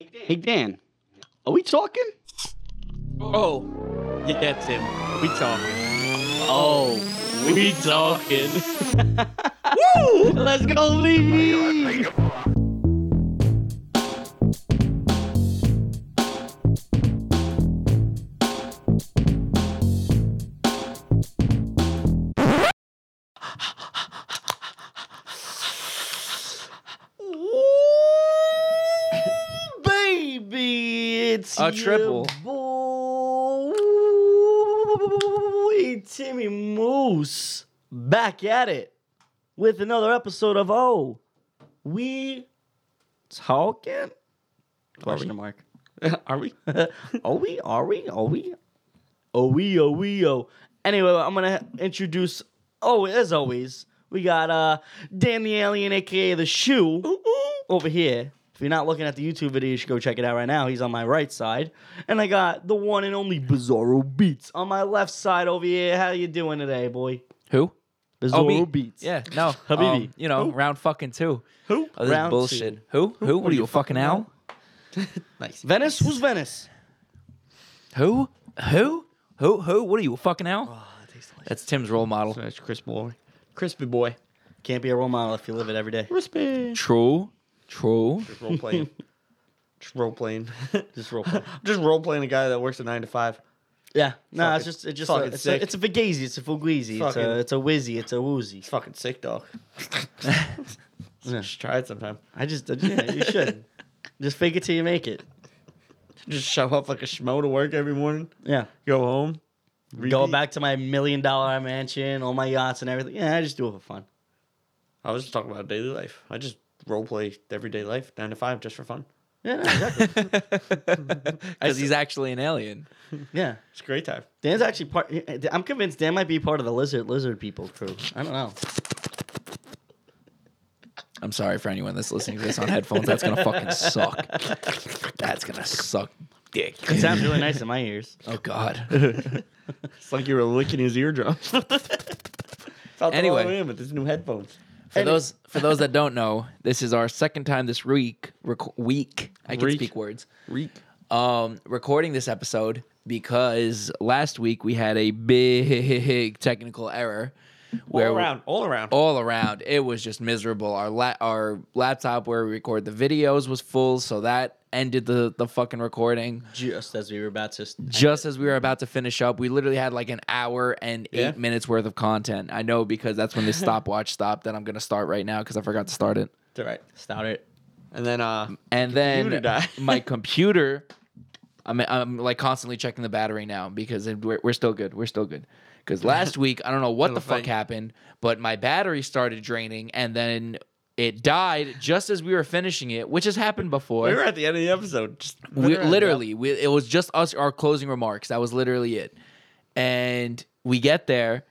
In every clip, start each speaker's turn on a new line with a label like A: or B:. A: Hey Dan, are we talking?
B: Oh, yeah, that's him. We talking.
A: Oh,
B: We talking.
A: woo! Let's go, Levy. Baby, it's your
B: A triple.
A: boy, Timmy Moose, back at it with another episode of Oh, We Talking? Question mark.
B: Are we?
A: are we? Are we? Are we? Oh, we, oh, we, oh. Anyway, I'm going to introduce, oh, as always, we got uh, Dan the Alien, a.k.a. The Shoe, over here. If you're not looking at the YouTube video, you should go check it out right now. He's on my right side. And I got the one and only Bizarro Beats on my left side over here. How you doing today, boy?
C: Who?
A: Bizarro
C: Oh, me.
A: Beats.
C: Yeah, no.
A: Habibi.
C: um, you know,
A: Who?
C: round fucking two.
A: Who?
C: Oh, this is
A: Round two.
C: bullshit. Who? Who? What are you, a fucking owl?
B: Nice.
A: Venice? Who's Venice?
C: Who? Who? Who? Who? What are you, a fucking owl?
A: Oh, it tastes delicious.
C: That's Tim's role model.
B: That's Chris Boy. Crispy Boy.
A: Can't be a role model if you live it every day.
B: Crispy.
C: True. True.
B: Just role playing. Just role playing.
A: Just role play.
B: Just role playing a guy that works a nine to five.
A: Yeah. No,
B: Fucking-
A: it's just it's just a,
B: fucking
A: it's, a,
B: sick.
A: it's a fugazi, it's a fugazi, it's
B: Fucking-
A: a it's a whizzy, it's a woozy.
B: It's fucking sick, dog.
A: Yeah.
B: Just try it sometime.
A: I just yeah, you should. Just fake it till you make it.
B: Just show up like a schmo to work every morning.
A: Yeah.
B: Go home.
A: Go
B: repeat.
A: back to my million dollar mansion, all my yachts and everything. Yeah, I just do it for fun.
B: I was just talking about daily life. I just role play everyday life, nine to five, just for fun.
A: Yeah, no, exactly.
C: Because he's actually an alien.
A: yeah.
B: It's a great time.
A: Dan's actually part I'm convinced Dan might be part of the lizard lizard people crew. I don't know.
C: I'm sorry for anyone that's listening to this on headphones. That's gonna fucking suck. That's gonna suck dick.
A: It sounds really nice in my ears.
C: Oh god.
B: It's like you were licking his eardrum.
C: Anyway.
B: anyway, with his new headphones.
C: For those for those that don't know, this is our second time this week. Rec- week. I can
B: Reek.
C: speak words.
B: Reek.
C: um, recording this episode because last week we had a big technical error. Where Oh.
B: all around, all around.
C: all around, it was just miserable. Our la- our laptop where we record the videos was full, so that ended the the fucking recording.
A: Just as we were about to
C: Just as we were about to finish up, we literally had like an hour and eight
B: Yeah.
C: minutes worth of content. I know because that's when this stopwatch stopped. That I'm gonna start right now because I forgot to start it.
B: All right.
A: start it.
B: And then uh
C: and
B: computer
C: then
B: died.
C: my computer I'm, I'm like constantly checking the battery now because it- we're, we're still good we're still good because last week i don't know what the
B: Little
C: fuck
B: thing.
C: happened but my battery started draining and then it died just as we were finishing it which has happened before
B: we were at the end of the episode. Just
C: we literally we, it was just us our closing remarks that was literally it and we get there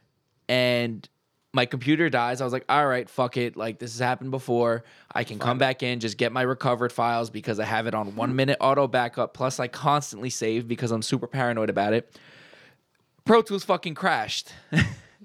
C: and my computer dies i was like all right fuck it like this has happened before i can come back in just get my recovered files because i have it on one minute auto backup plus i constantly save because i'm super paranoid about it pro tools fucking crashed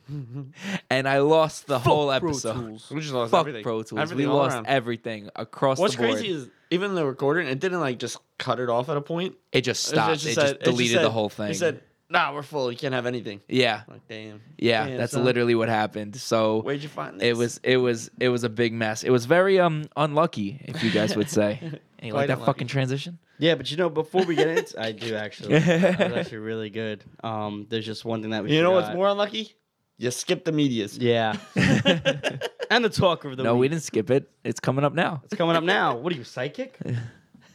C: and i lost the whole episode
B: We just lost
C: fuck
B: everything.
C: pro tools
B: Everything
C: we
B: all
C: lost
B: around.
C: everything across
B: What's
C: the board
B: crazy is even the recording, it didn't like just cut it off at a point.
C: it just stopped it just,
B: said- it
C: deleted
B: said-
C: the whole thing
B: It said, "Nah, we're full. You can't have anything."
C: yeah
B: Like, damn.
C: Yeah,
B: Damn,
C: that's
B: son.
C: literally what happened. So
B: Where'd you find this?
C: it was it was it was a big mess. It was very um unlucky, if you guys would say. And you like
B: Quite
C: that
B: unlucky.
C: fucking transition?
A: Yeah, but you know, before we get into, I do actually. That was actually really good. Um, there's just one thing that we.
B: You know what's
A: forgot.
B: more unlucky? You skipped the medias.
A: Yeah, and the talker of the
C: no,
A: week.
C: we didn't skip it. It's coming up now.
A: It's coming up now. What are you psychic?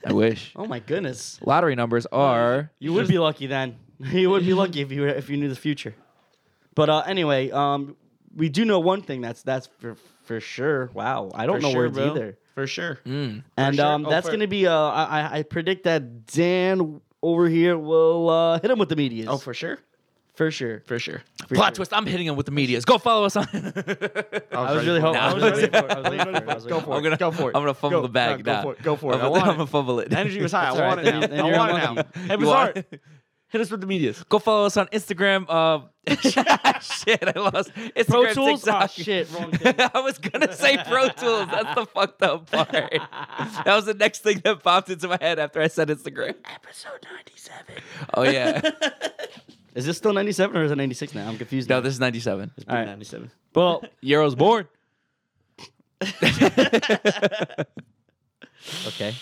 C: I wish.
A: Oh my goodness!
C: Lottery numbers are
A: You would be lucky then. You would be lucky if you were, if you knew the future. But uh, anyway, um, we do know one thing. That's that's for for sure. Wow, I don't
B: For
A: know
B: sure,
A: words
B: bro.
A: either.
B: For sure.
C: Mm.
A: And
B: sure.
A: um,
B: Oh,
A: that's
B: for-
A: gonna be. Uh, I I- I predict that Dan over here will uh, hit him with the medias.
B: Oh, for sure.
A: for sure.
B: For sure.
A: For
C: plot
A: sure.
C: twist. I'm hitting them with the medias. Go follow us on
A: I was really hoping. I
C: Nah.
A: was ready for it. I was waiting for it. I was
B: Go
A: waiting for
B: for it.
A: it.
C: I'm gonna,
B: Go for it.
C: I'm gonna fumble
B: Go-
C: the bag
B: no, go
C: now.
B: for it. Go for
C: I'm
B: it. I
C: gonna,
B: want
C: I'm gonna fumble it.
B: Energy was high. I
A: That's all
B: want
A: right.
B: it now.
A: Then- then
B: I
A: you're
B: want it now.
A: unlucky.
B: Hey,
C: You are-
B: Bizarre. Hit us with the medias.
C: Go follow us on Instagram. Um, shit, I lost Instagram.
A: Pro Tools?
C: TikTok.
A: Ah, shit, wrong thing.
C: I was gonna say Pro Tools. That's the fucked up part. That was the next thing that popped into my head after I said Instagram.
A: Episode 97.
C: Oh yeah,
A: Is this still 97 or is it 96 now? I'm confused.
C: no,
A: Now.
C: this is ninety-seven.
B: It's
A: All
B: been
A: right.
B: 97.
A: well,
C: Euro's born.
A: okay.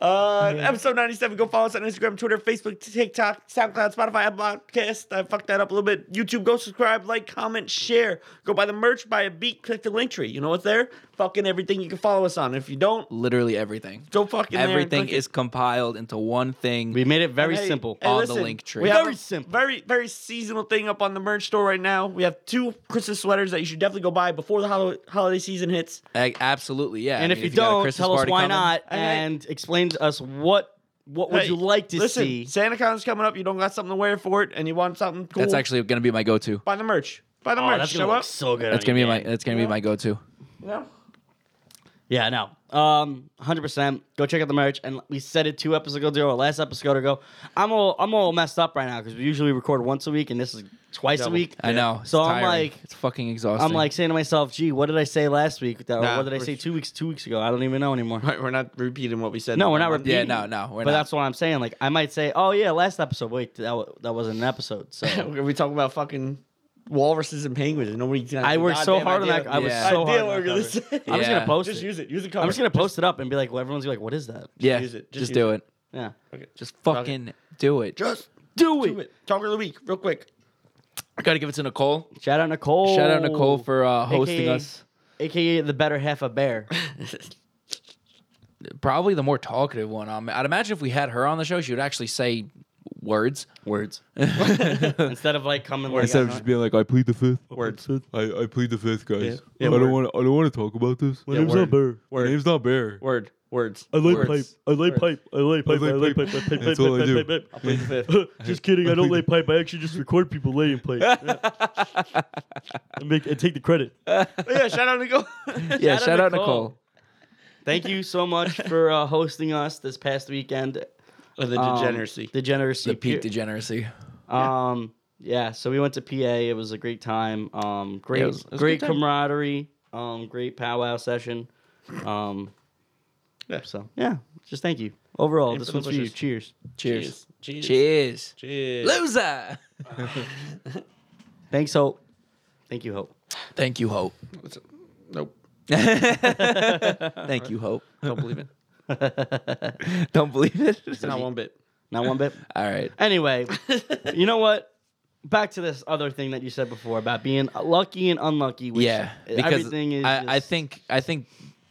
B: Uh, episode 97. Go follow us on Instagram, Twitter, Facebook, TikTok, SoundCloud, Spotify, Apple Podcast. I fucked that up a little bit. YouTube, go subscribe, like, comment, share. Go buy the merch, buy a beat, click the link tree. You know what's there? Fucking everything you can follow us on. If you don't,
C: Literally everything.
B: go fucking there and
C: Everything
B: click it.
C: is compiled into one thing.
A: We made it very
B: Hey,
A: simple.
B: hey,
C: On the
B: listen,
C: link tree.
B: We have
A: Very
B: a
A: simple.
B: Very, very seasonal thing up on the merch store right now. We have two Christmas sweaters that you should definitely go buy before the hol- holiday season hits.
C: A- Absolutely, yeah. I
A: and
C: mean,
A: if you
C: got a
A: don't,
C: Christmas
A: tell us
C: party
A: why
C: coming-
A: not
B: Hey, hey.
A: and explain to us what what would
B: Hey,
A: you like to
B: Listen,
A: see.
B: SantaCon's coming up. You don't got something to wear for it, and you want something cool.
C: That's actually gonna be my go-to.
B: buy the merch. Buy the
A: Oh,
B: merch.
A: that's
B: Show
A: gonna look
B: up.
A: so good.
C: That's
A: on
C: gonna be
A: you,
C: my.
A: Dan.
C: That's gonna be my go-to.
B: No.
A: Yeah, no. Um, hundred percent. Go check out the merch, and we said it two episodes ago, or last episode ago. I'm all I'm all messed up right now because we usually record once a week, and this is twice
B: Double.
A: a week.
C: I know. it's
A: So I'm
C: tiring.
A: like-
C: it's fucking exhausting.
A: I'm like saying to myself, "Gee, what did I say last week? That,
B: Nah,
A: or what did I
B: we're-
A: say two weeks two weeks ago? I don't even know anymore."
B: Right, we're not repeating what we said.
A: No, we're not
C: yeah,
A: repeating.
C: no, no, we're
A: but
C: not.
A: that's what I'm saying. Like, I might say, "Oh yeah, last episode. Wait, that wa- that wasn't an episode." So
B: We're gonna be talking about fucking walruses and penguins, and nobody's gonna.
A: I worked so hard on that. I was
C: Yeah.
A: so hard.
B: Idea
A: on
B: what
A: that
B: we're gonna
A: cover.
B: say.
A: I'm just gonna
C: Yeah.
A: post
B: Just
A: it.
B: use it. Use the cover.
A: I'm just gonna post it up and be like, well, everyone's gonna be like, what is that?
C: yeah,
B: use it. Just
C: just
B: use
C: do it.
A: Yeah.
B: Okay.
C: Just
B: Fuck it.
C: fucking do it.
B: Just
A: Do
B: do it. Talk of the week, real quick.
C: I gotta give it to Nicole.
A: Shout out Nicole.
C: Shout out Nicole for uh, hosting
A: AKA
C: us.
A: AKA the better half of bear.
C: Probably the more talkative one. Um, I'd imagine if we had her on the show, she would actually say words.
A: Words. Instead of like coming like,
D: Instead of just being like, I plead the fifth.
B: Words.
D: I, I plead the fifth, guys.
B: Yeah,
D: I
B: word.
D: don't want. I don't want to talk about this. My name's
B: word.
D: not Bear.
B: Word.
D: My name's not Bear.
B: Word. Words.
D: I like
C: Words.
D: pipe. I like pipe. I like pipe. I like pipe. I like pipe. That's all I do.
B: I'll play the fifth.
D: Just kidding. I don't lay pipe. I actually just record people laying pipe.
E: make and take the credit.
B: But yeah, shout out to go.
C: Yeah, shout, out Nicole.
A: Thank you so much for uh, hosting us this past weekend.
B: the
A: Um,
B: degeneracy.
A: Degeneracy.
C: The peak
A: Pe-
C: degeneracy.
A: Um, yeah. So we went to PA. It was a great time. Um, great,
C: it was- it was a
A: great
C: good time.
A: camaraderie. Um, great powwow session. Um,
B: Yeah.
A: So yeah, just thank you overall.
B: Aim
A: this
B: for the
A: one's for you.
B: bushes.
A: Cheers.
C: Cheers.
B: Cheers.
C: Cheers.
B: Cheers.
C: Loser.
A: Thanks, Hope. Thank you, Hope.
C: Thank you, Hope.
B: Nope.
C: Thank you, Hope.
B: Don't believe it.
C: Don't believe it.
B: Not one bit.
A: Not one bit.
C: All right.
A: Anyway, you know what? Back to this other thing that you said before about being lucky and unlucky. Which
C: yeah, because
A: everything is.
C: I, I
A: just-
C: think I think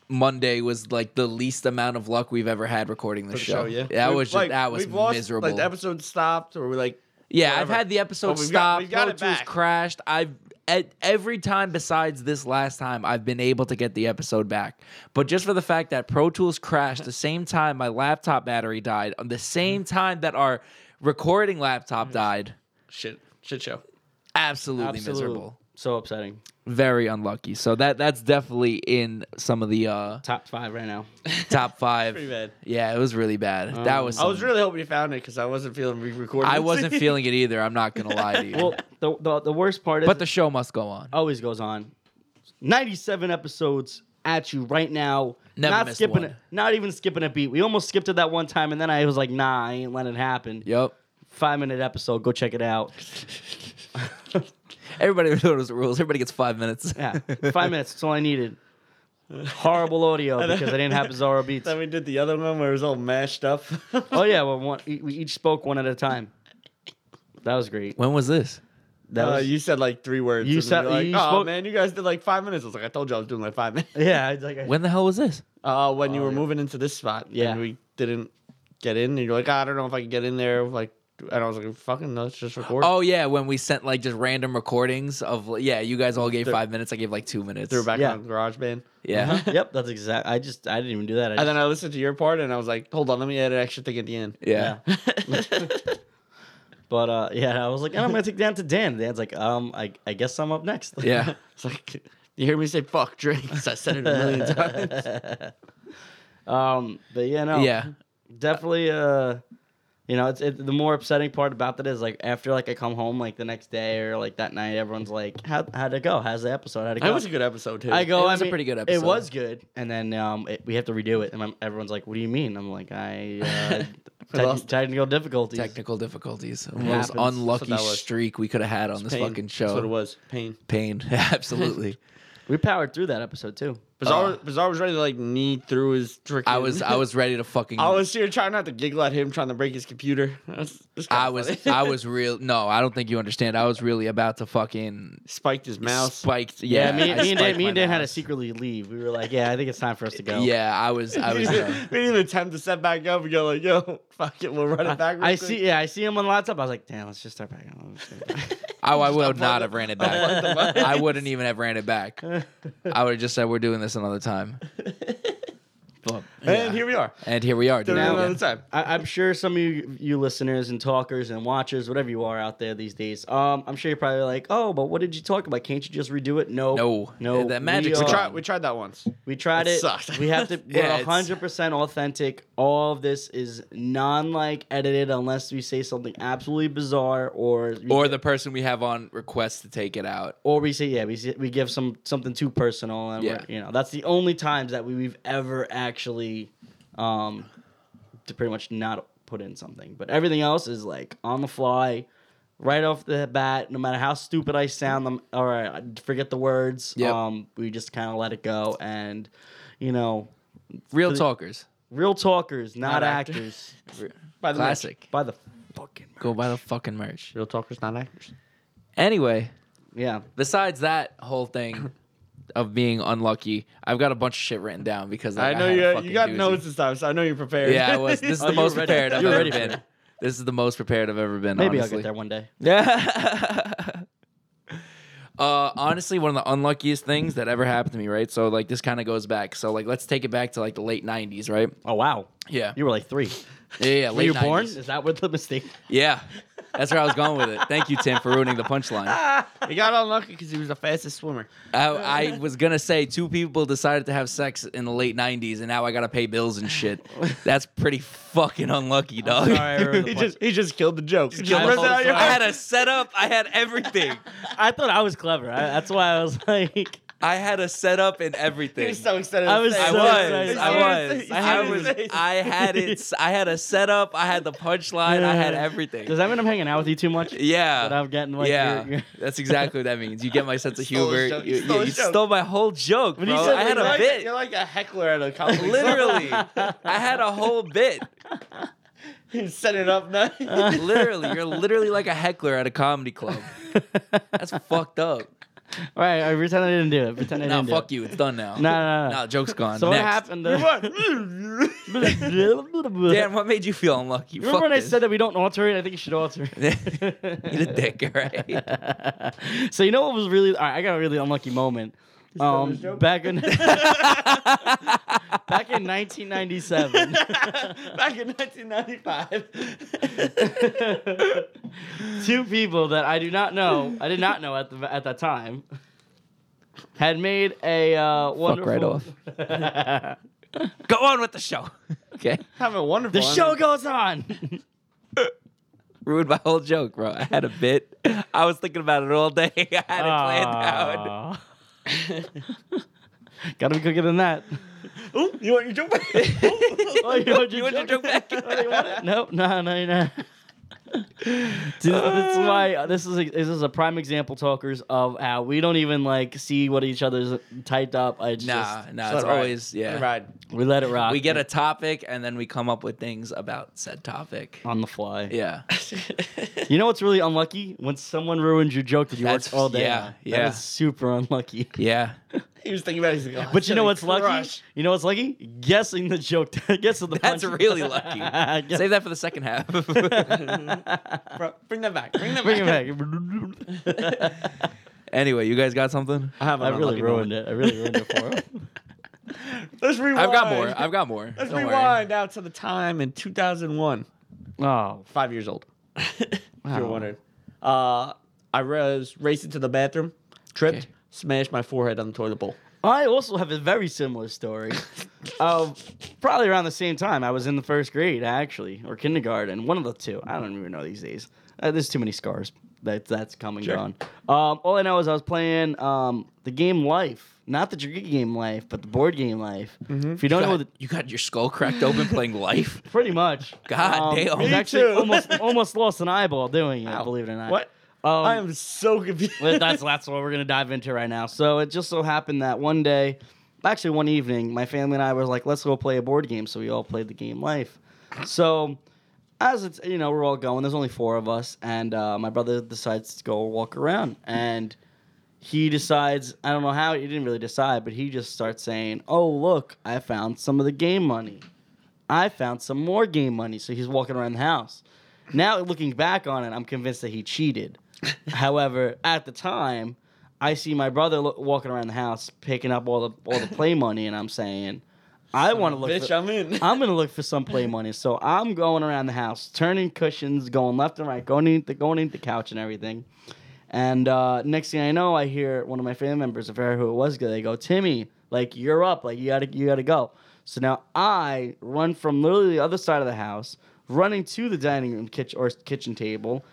C: Monday was like the least amount of luck we've ever had recording the
B: For the
C: show.
B: show, yeah.
C: that
B: We've,
C: was just,
B: like,
C: that was
B: we've lost,
C: miserable.
B: Like the episode stopped, or we like
C: yeah, I've
B: whatever.
C: had the episode
B: But we've got-
C: stopped.
B: we've got
C: Pro
B: it
C: Tools
B: back.
C: crashed. I've at every time besides this last time, I've been able to get the episode back. But just for the fact that Pro Tools crashed the same time my laptop battery died, on the same
B: Mm-hmm.
C: time that our recording laptop died,
B: shit. Shit show.
C: absolutely
A: absolute-
C: miserable.
A: So upsetting.
C: Very unlucky. So that that's definitely in some of the uh,
A: Top five right now.
C: top five.
B: Pretty bad. Um,
C: Yeah, it was really bad. that was.
B: I was
C: some-
B: really hoping you found it because I wasn't feeling re-recording.
C: I wasn't feeling it either. I'm not gonna lie to you.
A: Well, the the, the worst part is.
C: but the show must go on.
A: always goes on. 97 episodes at you right now.
C: Never
A: not
C: missed
A: skipping
C: one.
A: it. Not even skipping a beat. We almost skipped it that one time, and then I was like, nah, I ain't letting it happen.
C: Yep.
A: Five minute episode. Go check it out.
C: Everybody knows the rules. Everybody gets five minutes.
A: Yeah, five minutes. That's all I needed. Horrible audio because I didn't have bizarro beats.
B: Then we did the other one where it was all mashed up.
A: Oh yeah, well, one, e- we each spoke one at a time. That was great.
C: When was this?
A: That
B: Uh,
A: was,
B: you said like three words.
A: You
B: and
A: said-
B: we were like,
A: you
B: oh
A: spoke-
B: man, you guys did like five minutes. I was like, I told you I was doing like five minutes.
A: yeah, I was like, I-
C: When the hell was this?
B: Uh, when you were moving into this spot,
A: Yeah.
B: and we didn't get in, and you're like, I don't know if I can get in there, like, and I was like, fucking, let's just record.
C: Oh yeah, when we sent like just random recordings of like, yeah, you guys all gave
B: Threw-
C: five minutes. I gave like two minutes.
B: Threw it back
A: yeah.
B: on GarageBand,
C: Yeah.
B: Uh-huh.
A: yep, that's exact. I just I didn't even do that. I
B: and
A: just-
B: then I listened to your part, and I was like, hold on, let me add an extra thing at the end.
C: yeah.
A: but uh, yeah, I was like, and I'm gonna take down to Dan. Dan's like, um, I, I guess I'm up next.
C: Yeah.
B: It's like you hear me say fuck drinks. I said it a million times.
A: Um, but yeah, no,
C: Yeah.
A: definitely. Uh, You know, it's it, the more upsetting part about that is like after like I come home like the next day or like that night, everyone's like, "How how'd it go? How's the episode? How'd it go?"
B: That was a good episode too.
A: I go.
C: It was
A: I
C: a
A: mean,
C: pretty good
A: It
C: episode.
A: was good, and then um, it, we have to redo it, and my, everyone's like, "What do you mean?" I'm like, "I uh, tec-
B: lost it.
A: technical difficulties."
C: Technical difficulties. Most
A: happens.
C: unlucky
B: That's what that was.
C: streak we could have had on this
B: Pain.
C: fucking
B: That's what it
C: show.
B: was. Pain.
C: Pain. Absolutely.
A: we powered through that episode too.
B: Bizarre. Bizarre was ready to like knee through his freaking.
C: I was I was ready to fucking
B: I was here trying not to giggle at him trying to break his computer. That's- that's kinda
C: I was
B: funny.
C: I was real no, I don't think you understand. I was really about to fucking
B: spiked his mouse.
C: spiked.
A: Yeah,
C: Yeah,
A: me,
C: I
A: me and Dan,
C: spiked
A: me
C: my
A: and Dan had to
C: mouse.
A: secretly leave. We were like, "Yeah, I think it's time for us to go."
C: Yeah, I was I
B: we
C: was uh,
B: didn't even attempt to set back up and go like, "Yo, fuck it, we'll run it back." real
A: I
B: quick."
A: see. Yeah, I see him on the laptop. I was like, "Damn, let's just start back." on- let's start back."
C: I, I would not have ran it
B: unplug the
C: back.
B: mic.
C: I wouldn't even have ran it back. I would have just said we're doing this another time. But,
B: And here we are.
C: and here we are. Doing
B: Doing it
A: Now-
B: another
C: it
B: time.
A: I, I'm sure some of you, you listeners and talkers and watchers, whatever you are out there these days, um, I'm sure you're probably like, "Oh, but what did you talk about? Can't you just redo it?" No,
C: No.
A: no.
C: That magic's
A: we,
B: We
A: are-
B: tried. We tried that once.
A: we tried
B: it
A: it.
B: sucked.
A: We have to.
C: Yeah,
A: We're
C: it's-
A: 100 percent authentic. All of this is non-like edited, unless we say something absolutely bizarre or
C: or the person we have on request to take it out.
A: or we say yeah we say, we give some something too personal and we're,
C: Yeah.
A: you know that's the only times that we, we've ever actually um to pretty much not put in something but everything else is like on the fly right off the bat no matter how stupid i sound them or i forget the words
C: Yep.
A: um we just kind of let it go and you know
C: Real
A: the-
C: talkers.
A: real talkers not,
C: Not actors.
A: actors
B: By the merch.
C: Classic.
A: by the fucking
C: Go buy the fucking merch.
B: Real talkers, not actors.
C: Anyway,
A: yeah
C: besides that whole thing of being unlucky, I've got a bunch of shit written down because like,
B: I
C: had
B: know
C: a
B: you.
C: fucking
B: You got
C: doozy.
B: notes and stuff, so I know you're prepared.
C: Yeah, I was. This is
A: Oh,
C: the
A: you
C: most
A: were ready.
C: prepared I've
A: You were
C: ever
A: ready for
C: been.
A: it.
C: This is the most prepared I've ever been.
A: maybe i'll
C: honestly.
A: get there one day
C: Yeah. uh, honestly, one of the unluckiest things that ever happened to me. Right. So like this kind of goes back. So like let's take it back to like the late '90s. Right.
A: oh wow
C: Yeah.
A: you were like three
C: Yeah. yeah
A: were
C: late
A: you born
C: 90s.
A: is that where the mistake
C: Yeah. That's where I was going with it. Thank you, Tim, for ruining the punchline.
B: He got unlucky because he was the fastest swimmer.
C: I, I was gonna say two people decided to have sex in the late '90s, and now I gotta pay bills and shit. That's pretty fucking unlucky, dog.
A: sorry, I ruined the
B: He
A: punch-
B: just he just killed the joke.
A: killed the
B: Ripped it
A: whole
B: out of your
A: story.
C: I
B: mouth.
C: had a setup. I had everything.
A: I thought I was clever. I, that's why I was like,
C: I had a setup and
B: He
C: everything.
B: was so excited.
A: I was
C: I
A: so
C: was.
A: excited.
C: I was.
B: He
C: I
B: was-
C: was.
B: he was-
C: I had it. I had a setup. I had the punchline. I had
A: does
C: everything.
A: that mean I'm hanging out with you too much? That
C: Yeah.
A: I'm getting like,
C: Yeah,
A: you're- you're-
C: that's exactly what that means. You get my sense of
B: Stole
C: humor.
B: his joke.
C: You,
B: Stole
C: yeah, you
B: his joke.
C: stole my whole joke, bro.
A: you said
C: I had
B: you're
C: a
B: like,
C: bit.
B: You're like a heckler at a comedy. club.
C: Literally, I had a whole bit.
B: He set it up nice.
C: Uh, Literally, you're literally like a heckler at a comedy club. That's fucked up.
A: All right, I pretend I didn't do it. Pretend I
C: Nah,
A: didn't. do it.
C: fuck you. It's done now.
A: No, no, no.
C: Nah, joke's gone.
A: so what
C: Next.
A: happened? uh,
B: You
A: To-
B: what?
C: Dan, what made you feel unlucky?
A: Remember
C: Fuck
A: when I
C: this.
A: said that we don't alter it? I think you should alter
C: You're the
A: it.
C: dick, right?
A: so you know what was really? All right, I got a really unlucky moment. Um,
B: his joke?
A: back in back in 1997.
B: Back in 1995.
A: two people that I do not know, I did not know at the at that time, had made a uh, wonderful.
C: right off. Go on with the show. Okay.
B: Have a wonderful.
A: the show goes on.
C: Ruined my whole joke, bro. I had a bit. I was thinking about it all day. I had it planned out.
A: Aw. Gotta be quicker than that.
B: Ooh, you want your joke back?
A: Oh, you want
C: You want your joke back?
B: Oh,
A: Nope, no, no, no. this, this is why uh, this is a, this is a prime example, talkers, of how we don't even like see what each other's typed up. I just
C: Nah, nah.
B: Let
C: It's
B: it ride.
C: always yeah.
B: Right.
A: we let it rock.
C: We get a topic and then we come up with things about said topic.
A: on the fly.
C: Yeah.
A: Oh. You know what's really unlucky? When someone ruins your joke that you
C: That's-
A: worked all day.
C: yeah,
A: on.
C: yeah.
A: That is super unlucky.
C: Yeah.
B: He was thinking about it. He's like, oh,
A: But you know what's
B: it's gonna
A: lucky?
B: crush.
A: You know what's lucky? Guessing the joke. Guessing the
C: That's
A: punch-
C: really lucky.
A: Guess-
C: Save that for the second half.
B: Bro, bring that back. Bring that
A: Bring
B: back.
A: it back.
C: anyway, you guys got something?
B: I have
A: I really ruined it. I really ruined it for him.
B: Let's rewind.
C: I've got more. I've got more.
B: Let's
C: Don't worry.
B: rewind out to the time in 2001.
A: Oh,
B: Five years old. if you're
A: Wow.
B: wondering. Uh, I was racing to the bathroom, tripped,
C: Okay.
B: smashed my forehead on the toilet bowl.
A: I also have a very similar story. of probably around the same time, I was in the first grade actually, or kindergarten, one of the two. I don't even know these days. Uh, there's too many scars. That that's come and gone. Um, all I know is I was playing um, the game Life, not the drinking game Life, but the board game Life. If you don't know,
C: Mm-hmm. God,
A: the,
C: you got your skull cracked open playing life.
A: pretty much. Um,
C: God damn.
A: I was
C: Me
A: actually
B: too.
A: almost almost lost an eyeball doing it. Believe it or not.
B: What?
A: Um,
B: I am so confused.
A: well, that's that's what we're gonna dive into right now. So it just so happened that one day, actually one evening, my family and I were like, "Let's go play a board game." So we all played the game Life. So as it's you know, we're all going. There's only four of us, and uh, my brother decides to go walk around, and he decides I don't know how he didn't really decide, but he just starts saying, "Oh look, I found some of the game money. I found some more game money." So he's walking around the house. Now looking back on it, I'm convinced that he cheated. However, at the time, I see my brother lo- walking around the house picking up all the all the play money, and I'm saying, I want to look.
B: Bitch,
A: for-
B: I'm in.
A: I'm gonna look for some play money. So I'm going around the house, turning cushions, going left and right, going into going into the couch and everything. And uh, next thing I know, I hear one of my family members, I forget who it was, go- they go, Timmy, like you're up, like you gotta you gotta go. So now I run from literally the other side of the house, running to the dining room kitchen or kitchen table.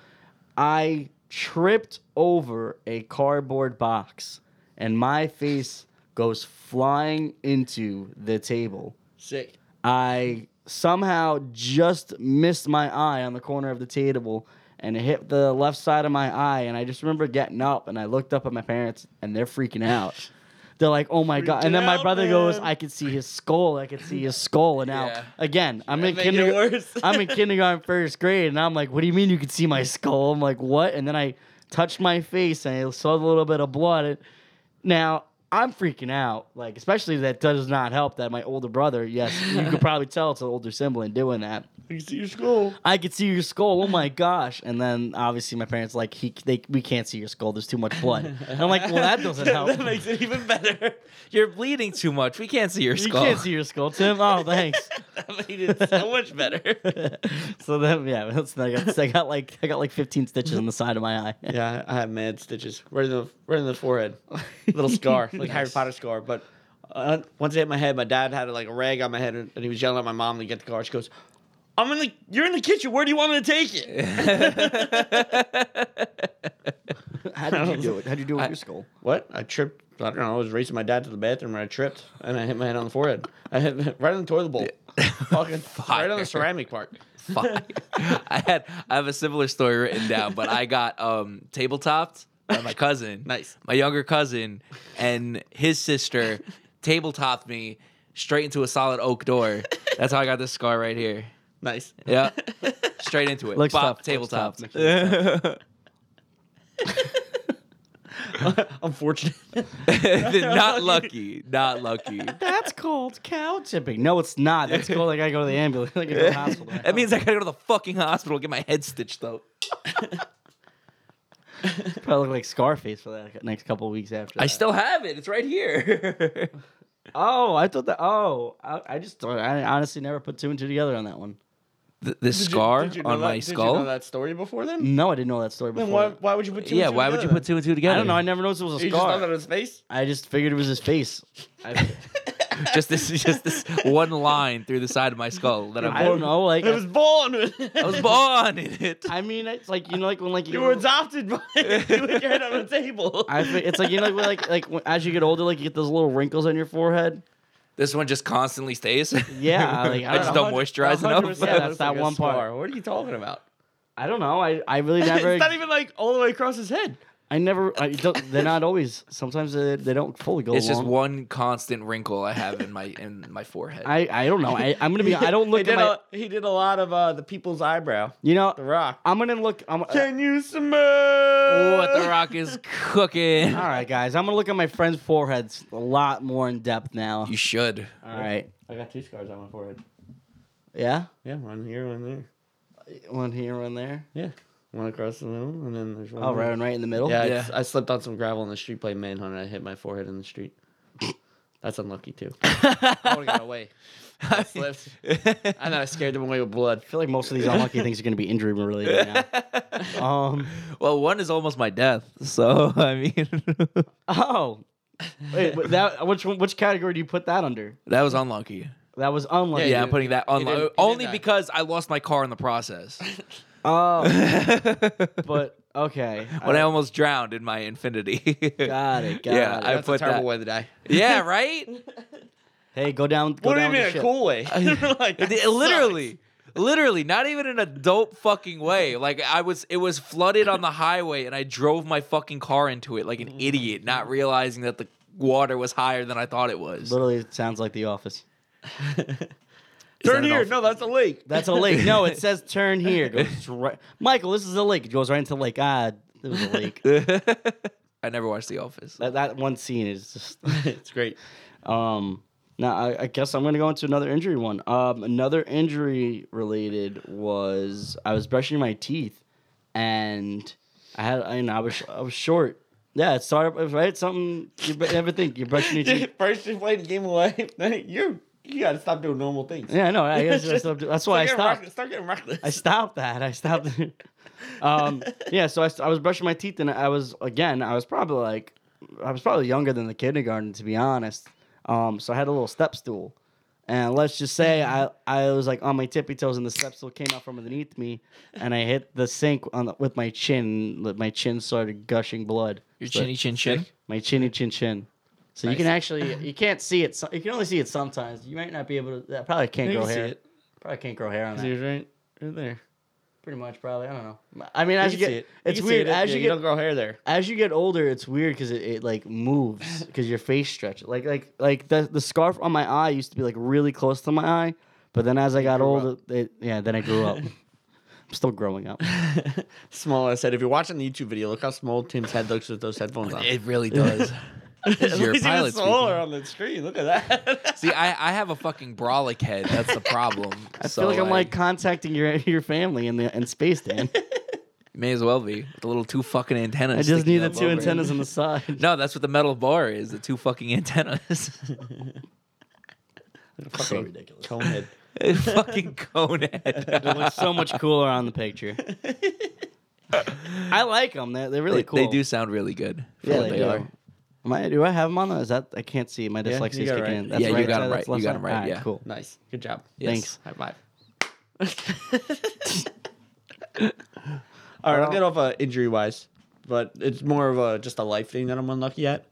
A: I tripped over a cardboard box, and my face goes flying into the table.
B: Sick.
A: I somehow just missed my eye on the corner of the table and it hit the left side of my eye. And I just remember getting up and I looked up at my parents and they're freaking out. They're like, "Oh my god!" And then my
B: Freaking
A: brother
B: out,
A: goes,
B: man.
A: "I can see his skull. I can see his skull." And now
C: Yeah.
A: again, I'm in
B: Make it
A: kindergarten.
B: worse.
A: I'm in kindergarten, first grade, and I'm like, "What do you mean you can see my skull?" I'm like, "What?" And then I touched my face and I saw a little bit of blood. Now I'm freaking out, like especially that does not help that my older brother. Yes, you could probably tell it's an older sibling doing that.
B: You see your school.
A: I could see your skull. Oh my gosh! And then obviously my parents like he they we can't see your skull. There's too much blood. And I'm like, well that doesn't help.
B: that makes it even better.
C: You're bleeding too much. We can't see your
A: you
C: skull.
A: can't see your skull, Tim. Oh thanks.
B: That made it so much better.
A: so then yeah, that's I got, I got like I got like 15 stitches on the side of my eye.
B: Yeah, I I have mad stitches right in the right in the forehead, little scar, like Harry Potter scar. But uh, once it hit my head, my dad had like a rag on my head, and, and he was yelling at my mom to get the car. She goes, "I'm in the, you're in the kitchen. Where do you want me to take it?"
A: How did you do it? How did you do it with your skull?
B: What? I tripped. I don't know. I was racing my dad to the bathroom, and I tripped, and I hit my head on the forehead. I hit right on the toilet bowl, fucking right
C: Fire.
B: on the ceramic part.
C: Fuck. I had I have a similar story written down, but I got um tabletopped by my cousin.
B: Nice.
C: My younger cousin and his sister tabletopped me straight into a solid oak door. That's how I got this scar right here.
B: Nice.
C: Yeah. Straight into it.
A: Looks
C: Bop,
A: tough, looks tough.
C: tabletopped.
B: Unfortunate.
C: not lucky. Not lucky.
A: That's called cow tipping. No, it's not. That's called like I go to the ambulance, like I go to the hospital.
C: That means I gotta go to the fucking hospital and get my head stitched up.
A: probably look like Scarface for that next couple of weeks after.
C: I
A: that.
C: still have it. It's right here.
A: Oh, I thought that. Oh, I, I just thought. I honestly never put two and two together on that one.
C: Th- this
B: Did you-
C: scar
B: did you know
C: on
B: that-
C: my
B: Did you
C: skull. Mm.
B: know that story before then?
A: No, I didn't know that story before.
B: Then why, why would you put two? and
C: yeah,
B: two
C: why would you
B: together
C: put
B: then?
C: two and two together?
A: I don't know. I never noticed it was a
B: You just thought that
A: scar.
B: it was face.
A: I just figured it was his face. I,
C: just this just this one line through the side of my skull that
A: I
C: I'm
A: don't know. Like,
B: It was born. with-
C: I was born in it.
A: I mean, it's like you know, like when like
B: You were adopted by you with your head on the table.
A: I, fi- it's like you know, like, when, like like when, as you get older, like you get those little wrinkles on your forehead.
C: This one just constantly stays.
A: Yeah, like, I
C: I, just
A: don't
C: don't
B: know.
C: moisturize enough.
B: 100%
A: Yeah, that's
B: looks
A: that
B: like a
A: one part.
B: scar. What are you talking about?
A: I don't know. I I really never.
B: it's not even like all the way across his head.
A: I never. I don't, they're not always. Sometimes they, they don't fully go.
C: It's just
A: along.
C: one constant wrinkle I have in my in my forehead.
A: I I don't know. I I'm gonna be. I don't
B: he
A: look
B: did
A: at my.
B: a, he did a lot of uh, the people's eyebrow.
A: you know.
B: The Rock.
A: I'm gonna look. I'm, uh,
B: Can you smell?
C: what the rock is cooking?
A: All right, guys. I'm gonna look at my friends' foreheads a lot more in depth now.
C: You should.
A: All right.
B: I got two scars on my forehead.
A: Yeah.
B: Yeah, one here, one there.
A: One here, one there.
B: Yeah, one across the middle, and then there's one.
A: Oh,
B: there.
A: right, and right in the middle.
B: Yeah, I-
C: Yeah.
B: I, slipped on some gravel in the street playing manhunt, and I hit my forehead in the street. That's unlucky too. I would have got away. I slipped, and then I scared them away with blood.
A: I feel like most of these unlucky things are gonna be injury related now. Um.
C: well, one is almost my death. So I mean,
A: Oh. Wait, but that which one- which category do you put that under?
C: That was unlucky.
A: That was unlucky.
C: Yeah,
A: Yeah.
C: I'm putting that
E: didn't- he
C: unlucky
E: didn't
C: only
E: die.
C: because I lost my car in the process.
A: Oh,
C: when
A: but okay.
C: I almost drowned in my Infinity.
A: got it. Got
C: Yeah,
A: it.
C: I
E: That's
C: put
E: a terrible
C: that-
E: way to die.
C: yeah, right.
A: hey, go down. Go
B: What do you
A: down
B: mean
A: with the
B: a
A: ship.
B: cool way? like, that
C: It-
B: sucks.
C: literally, literally, not even an adult fucking way. Like I was, it was flooded on the highway, and I drove my fucking car into it like an
A: Mm.
C: idiot, not realizing that the water was higher than I thought it was.
A: Literally, it sounds like The Office.
B: Turn
C: that an
B: here.
C: off-
B: No, that's a lake.
A: That's a lake. No, it says turn here. It Goes right. Michael, this is a lake. It goes right into the lake. Ah, it was a lake.
C: I never watched The Office.
A: that, that one scene is just.
B: it's great.
A: Um, now I, I guess I'm gonna go into another injury one. Um, another injury related was I was brushing my teeth, and I had and I was I was short. Yeah, it started right. Something you be- never think you're brushing your teeth.
B: First you played the game away. Then you you gotta stop doing normal things.
A: Yeah, no, I guess that's, that's why I
B: Start getting
A: stopped.
B: reckless- Start getting reckless.
A: I stopped that. I stopped. um, yeah, so I, st- I was brushing my teeth, and I was again. I was probably like, I was probably younger than the kindergarten, to be honest. Um, so I had a little step stool, and let's just say I I was like on my tippy toes, and the step stool came out from underneath me, and I hit the sink on the, with my chin. like, My chin started gushing blood.
C: Your
A: So-
C: chinny chin chin.
A: my chinny chin chin. So you can actually you can't see it. so- You can only see it sometimes. You might not be able to. That probably can't
B: You
A: grow
B: can see
A: hair.
B: it.
A: Probably can't grow hair on that.
B: right, right there.
A: Pretty much, probably. I don't know. I mean, as you,
B: can
A: get,
B: see it.
A: it's
B: You can see
A: weird.
B: it.
A: As
B: Yeah,
A: you
B: don't
A: get
B: grow hair there.
A: as you get older, it's weird because it, it like moves because your face stretches. Like like like the the scarf on my eye used to be like really close to my eye, but then as I got older, it, yeah, then I grew up. I'm still growing up.
B: Small. I said, if you're watching the YouTube video, look how small Tim's head looks with those headphones on.
C: It really does.
B: It's
C: your
B: even
C: pilot
B: smaller
C: speaking.
B: on the screen. Look at that.
C: See, I, I have a fucking brolic head. That's the problem.
A: I feel like I'm like contacting your your family in the in space, Dan.
C: may as well be with the little two fucking
A: I
C: antennas.
A: just
C: sticking
A: need the
C: up
A: two
C: over it.
A: antennas on the side.
C: No, that's what the metal bar is. The two fucking antennas.
A: so ridiculous.
B: Cone head.
C: fucking cone head.
A: It looks so much cooler on the picture. I like them. They're, they're really
C: They-
A: cool.
C: They do sound really good. for
A: Yeah,
C: what
A: they
C: they,
A: do.
C: are.
A: Am I, do I have them on? Is that I can't see. My
B: you
A: dyslexia is
B: got it
A: kicking
B: right.
A: in. That's
C: Yeah, you
A: right
C: got
A: side,
C: 'em
A: that's
C: right.
A: left
C: You got
A: side?
C: 'em right,
A: Alright,
C: yeah.
A: Cool.
B: Nice. Good job.
A: Thanks.
B: High five. All right, I'll get off uh, injury wise, but it's more of a just a life thing that I'm unlucky at.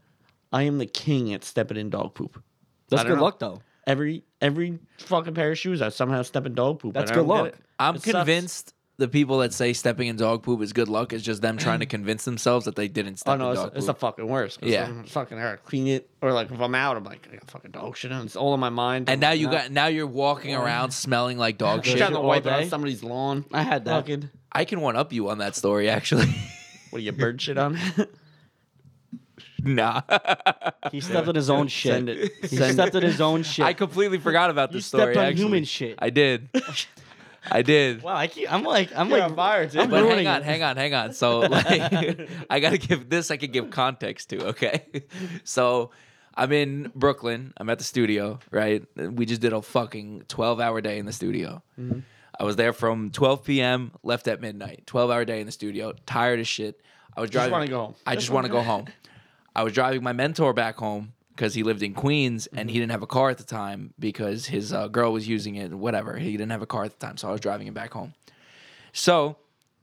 B: I am the king at stepping in dog poop.
A: That's
B: I don't
A: good
B: know.
A: luck though.
B: Every every fucking pair of shoes, I somehow step in dog poop.
A: That's
B: and I
A: good
B: don't get
A: luck.
B: it.
C: I'm
B: It sucks.
C: convinced the people that say stepping in dog poop is good luck is just them trying to convince themselves that they didn't step
B: Oh no,
C: in
B: it's,
C: dog
B: it's the
C: poop.
B: fucking worst. 'cause
C: Yeah.
B: I'm fucking I gotta clean it, or like if I'm out, I'm like I got fucking dog shit on. It's all in my mind.
C: and
B: I'm
C: now
B: like,
C: you
B: no.
C: got now you're walking around smelling like dog
B: just
C: shit.
B: trying to
A: all
B: wipe it on
A: day?
B: somebody's lawn.
A: I had that.
B: Fucking
C: I can one up you on that story actually.
B: what do you bird shit on?
C: nah.
A: He stepped on his own shit.
B: Send it.
A: He
B: Send
A: stepped on his own shit.
C: I completely forgot about
A: you
C: this
A: stepped
C: story.
A: on
C: actually.
A: human shit.
C: I did. I did.
A: wow, I keep, I'm like I'm
B: You're
A: like
B: on fire, dude.
A: I'm
C: But
A: ruining
C: hang on,
A: it.
C: hang on, hang on. So like I gotta give this I could give context to, okay? So I'm in Brooklyn, I'm at the studio, right? We just did a fucking twelve hour day in the studio. I was there from twelve PM, left at midnight. Twelve hour day in the studio, tired as shit. I was driving
B: wanna go home.
C: I just want to go home. I was driving my mentor back home because he lived in Queens and
B: Mm-hmm.
C: he didn't have a car at the time because his uh, girl was using it, whatever. He didn't have a car at the time, so I was driving him back home. So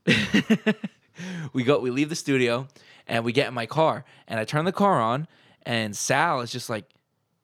C: we go, we leave the studio, and we get in my car, and I turn the car on, and Sal is just like,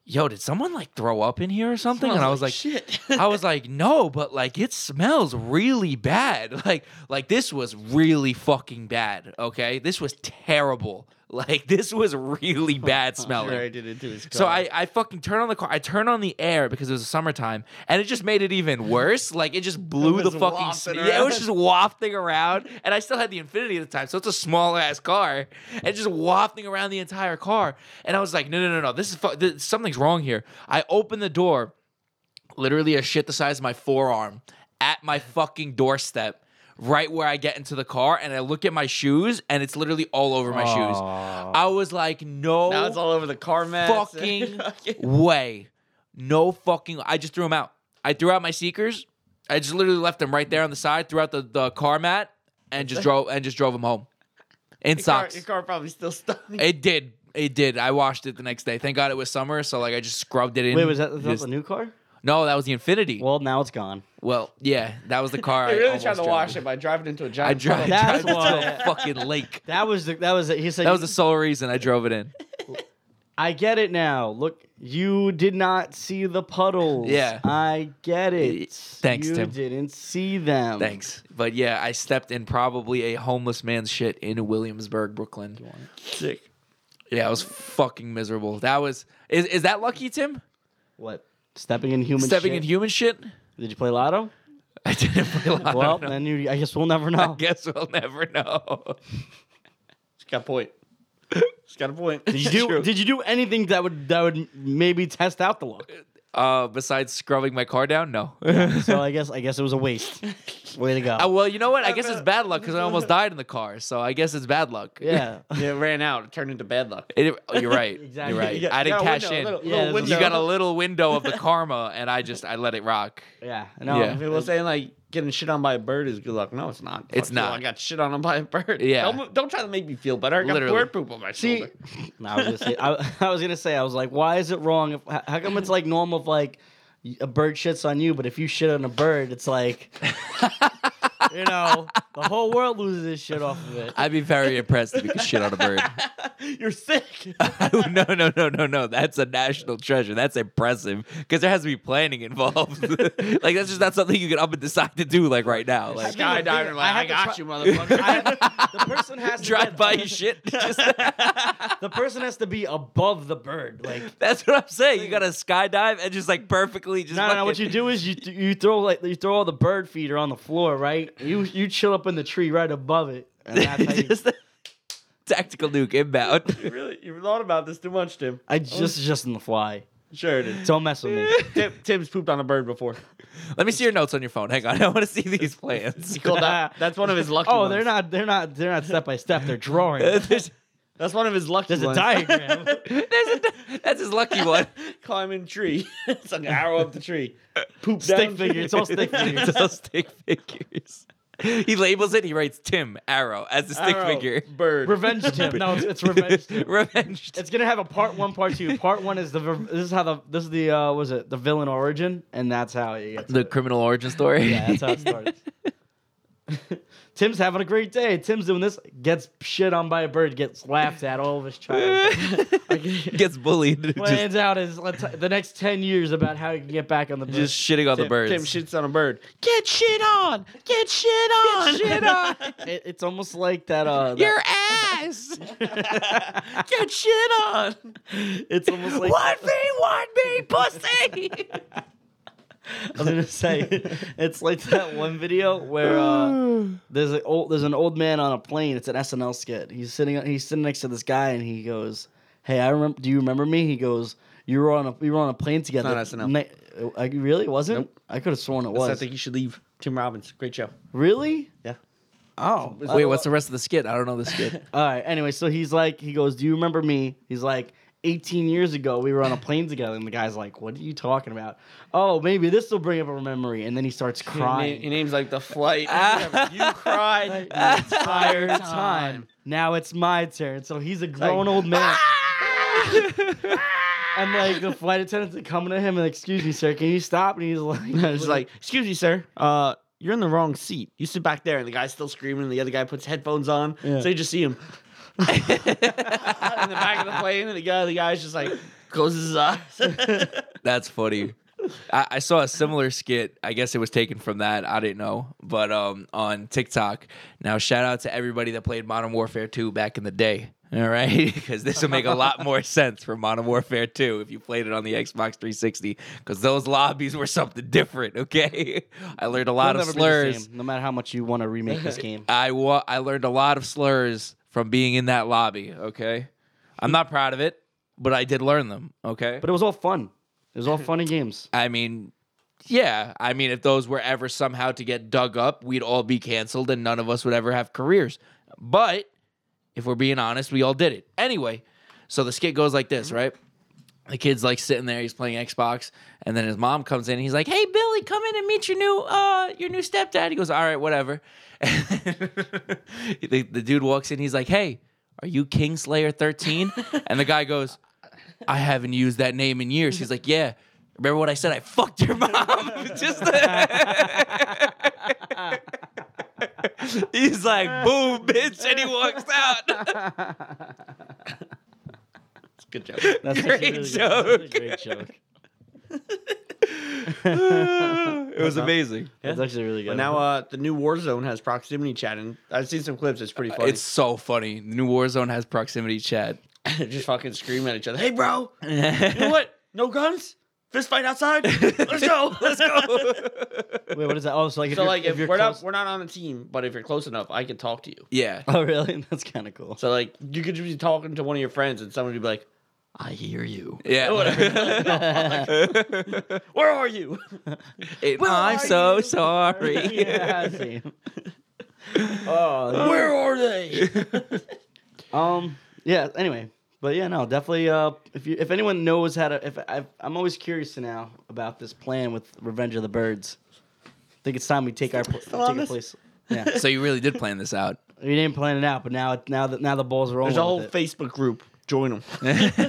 C: "Yo, did someone like throw up in here or something?" and I was like,
B: shit.
C: I was like, no, but like it smells really bad. Like, like this was really fucking bad. Okay, this was terrible. Like this was really bad smelling.
B: Sure, I did it to his
C: So
B: car.
C: I, I fucking turn on the car. I turn on the air because it was summertime, and it just made it even worse. Like it just blew
B: It
C: the
B: was
C: fucking.
B: wafting
C: Sm- yeah, it was
B: around.
C: just wafting around, and I still had the Infinity at the time, so it's a small ass car, and just wafting around the entire car. And I was like, no, no, no, no, this is fu- this, something's wrong here. I open the door, literally a shit the size of my forearm, at my fucking doorstep. Right where I get into the car, and I look at my shoes, and it's literally all over my shoes. I was like, "No,
B: now it's all over the car mess.
C: fucking way. No fucking. I just threw them out. I threw out my seekers. I just literally left them right there on the side, threw out the, the car mat, and just drove and just drove them home in
B: Your car,
C: socks.
B: your car probably still stunk.
C: It did. It did. I washed it the next day. Thank God it was summer, so like I just scrubbed it in.
A: Wait, was that, was that
C: Just-
A: the new car?
C: No, that was the Infinity. Well,
A: Well, now it's gone.
C: yeah, that was the car.
B: They
C: I
B: really
C: almost
B: tried to
C: drove.
B: wash it by driving into a giant.
C: I drove,
B: puddle.
A: That's
C: drove it to
A: why-
C: a fucking lake.
A: That was the that was the, he said.
C: That was the sole reason I drove it in.
A: I get it now. Look, you did not see the puddles.
C: Yeah.
A: I get it.
C: Thanks,
A: you
C: Tim.
A: didn't see them.
C: Thanks, but yeah, I stepped in probably a homeless man's shit in Williamsburg, Brooklyn.
B: Sick.
C: Yeah, I was fucking miserable. That was is is that lucky, Tim?
A: What? Stepping in human.
C: Stepping
A: shit?
C: in human shit.
A: Did you play Lotto?
C: I didn't play lotto.
A: Well,
C: no.
A: then you. I guess we'll never
C: I
A: know.
C: guess we'll never know.
B: It's got a point. It's got a point.
A: Did you do? Did you do anything that would that would maybe test out the luck?
C: Uh, besides scrubbing my car down, no.
A: So I guess I guess it was a waste. Way to go.
C: Uh, well, you know what? I guess it's bad luck because I almost died in the car, so I guess it's bad luck.
A: yeah.
B: Yeah, it ran out. It turned into bad luck.
C: It, oh, you're right.
A: Exactly.
C: You're right.
A: You
C: I didn't
B: Yeah,
C: cash
B: window,
C: in.
B: little-
A: Yeah, there's
B: little
A: a
B: window.
C: You got a little window of the karma, and I just I let it rock.
A: Yeah. No.
C: Yeah.
B: People saying like getting shit on by a bird is good luck. No, it's not.
C: It's
B: Fuck you,
C: not.
B: I got shit on by a bird.
C: Yeah.
B: Don't, don't try to make me feel better. I got
C: Literally.
B: bird poop on my
A: See,
B: shoulder.
A: no, I was gonna say. I, I was gonna say. I was like, why is it wrong? If, how how come it's like normal if like a bird shits on you, but if you shit on a bird, it's like, you know, the whole world loses his shit off of it.
C: I'd be very impressed if you could shit on a bird.
B: You're sick.
C: no, no, no, no, no. That's a national treasure. That's impressive because there has to be planning involved. like that's just not something you can up and decide to do like right now. Like
A: think the
B: Skydiving.
A: thing-
B: Like,
A: I
B: I,
A: had to
B: got
A: try-
B: you, motherfucker.
A: I have- the person has to
C: drive
A: get-
C: by your shit. Just-
A: The person has to be above the bird. Like,
C: that's what I'm saying. You got to skydive and just like perfectly just.
A: no, no, no. What
C: fucking-
A: you do is you you throw like you throw all the bird feeder on the floor, right? You you chill up in the tree right above it, and that's how you.
C: Just a tactical nuke inbound.
B: you really, you thought about this too much, Tim.
A: I just just in the fly.
B: Sure it is.
A: Don't mess with me.
B: Tim, Tim's pooped on a bird before.
C: Let me see your notes on your phone. Hang on, I want to see these plans.
B: Called that. That's one of his lucky.
A: Oh,
B: ones.
A: they're not. They're not. They're not step by step. They're drawing.
C: There's-
B: That's one of his lucky.
A: There's a
B: ones.
A: diagram.
C: there's a- that's his lucky one.
B: Climbing tree. it's like an arrow up the tree. Poop
A: stick
B: down
A: figure.
B: tree.
A: It's all stick figures.
C: It's all stick figures. He labels it. He writes Tim Arrow as the stick
B: Arrow,
C: figure.
B: Oh, Bird.
A: Revenge Tim. No, it's, it's revenge. Tim.
C: Revenge.
A: It's gonna have a part one, part two. Part one is the. ver- This is how the. This is the. Uh, was it the villain origin? And that's how you get. To
C: the
A: it.
C: criminal origin story.
A: Yeah, that's how it starts. Tim's having a great day. Tim's doing this. Gets shit on by a bird. Gets laughed at all of his childhood.
C: Gets bullied. Just,
A: Plans out is let's- the next ten years about how he can get back on the. Bird.
C: just shitting on the
B: Tim,
C: birds.
B: Tim shits on a bird. Get shit on. Get shit on.
C: Shit on
A: It- it's almost like that. Uh, that-
C: your ass. Get shit on.
A: it's almost like
C: One me, one me, pussy.
A: I was gonna say it's like that one video where uh, there's an old there's an old man on a plane. It's an SNL skit. He's sitting he's sitting next to this guy and he goes, "Hey, I remember. Do you remember me?" He goes, "You were on a we were on a plane together."
B: not SNL.
A: Na- I, really it wasn't. I could have sworn it
B: So I
A: was.
B: think you should leave. Tim Robbins. Great show.
A: really?
B: Yeah.
A: Oh,
C: Wait, what's the rest of the skit? I don't know the skit.
A: All right. Anyway, so he's like, he goes, "Do you remember me?" He's like, "18 years ago, we were on a plane together." And the guy's like, "What are you talking about?" Oh, maybe this will bring up a memory. And then he starts
B: Your,
A: crying. Ah.
B: name's like the flight. you cried.
A: entire time. Now it's my turn. So he's a grown old man. "Ah!" and like the flight attendants are coming to him and like, excuse me, sir, can you stop? And he's like,
B: It's like, excuse me, sir. Uh, you're in the wrong seat. You sit back there, and the guy's still screaming. And the other guy puts headphones on,
A: Yeah.
B: so you just see him in the back of the plane, and the guy, the guy's just like closes his eyes.
C: That's funny. I, I saw a similar skit. I guess it was taken from that. I didn't know, but um, on TikTok. Now, shout out to everybody that played Modern Warfare 2 back in the day. All right, because this will make a lot more sense for Modern Warfare 2 if you played it on the Xbox 360. Because those lobbies were something different. Okay, I learned a lot
A: It'll never
C: of
A: be the
C: slurs.
A: same, no matter how much you want to remake this game.
C: I wa- I learned a lot of slurs from being in that lobby. Okay, I'm not proud of it, but I did learn them. Okay,
A: But it was all fun. It was all fun and games.
C: I mean, yeah. I mean, if those were ever somehow to get dug up, we'd all be canceled and none of us would ever have careers. But if we're being honest, we all did it. Anyway, so the skit goes like this, right? The kid's like sitting there, he's playing Xbox, and then his mom comes in and he's like, Hey Billy, come in and meet your new uh your new stepdad. He goes, All right, whatever. the, the dude walks in, he's like, Hey, "Are you Kingslayer 13?" and the guy goes, "I haven't used that name in years." He's like, "Yeah." Remember what I said? I fucked your mom. Just He's like, boom, bitch, and he walks out.
B: Good job.
A: That's
C: Great
A: such a really good- that's such a
C: joke.
A: great joke.
C: it
B: Uh-huh.
C: was amazing.
A: That's actually really good.
B: But now uh, the new Warzone has proximity chatting. I've seen some clips. Uh, It's pretty funny.
C: It's so funny. The new Warzone has proximity chat.
B: just fucking scream at each other. Hey, bro. You know what? No guns. Fist fight outside. Let's go. Let's go.
A: wait, what is that? Oh, so like, if
B: so
A: you're,
B: like,
A: if
B: if,
A: you're
B: we're
A: close-
B: not we're not on a team, but if you're close enough, I can talk to you.
C: yeah.
A: Oh, really? That's kind of cool.
B: So like, you could just be talking to one of your friends, and someone would be like, "I hear you.
C: Yeah.
B: Where are you?
C: It-
B: Where
C: I'm
B: are
C: so
B: you?
C: sorry.
A: yeah, same. Oh,
B: Where are they?"
A: um, yeah. Anyway, but yeah, no, definitely. Uh, if you, if anyone knows how to, if I, I'm always curious to now about this plan with Revenge of the Birds. I think it's time we take our pl- take
B: still on
A: our
B: this?
A: place. Yeah,
C: So you really did plan this out.
A: we didn't plan it out, but now it- now that now the balls are rolling.
B: There's a whole
A: with it.
B: Facebook group. Join them.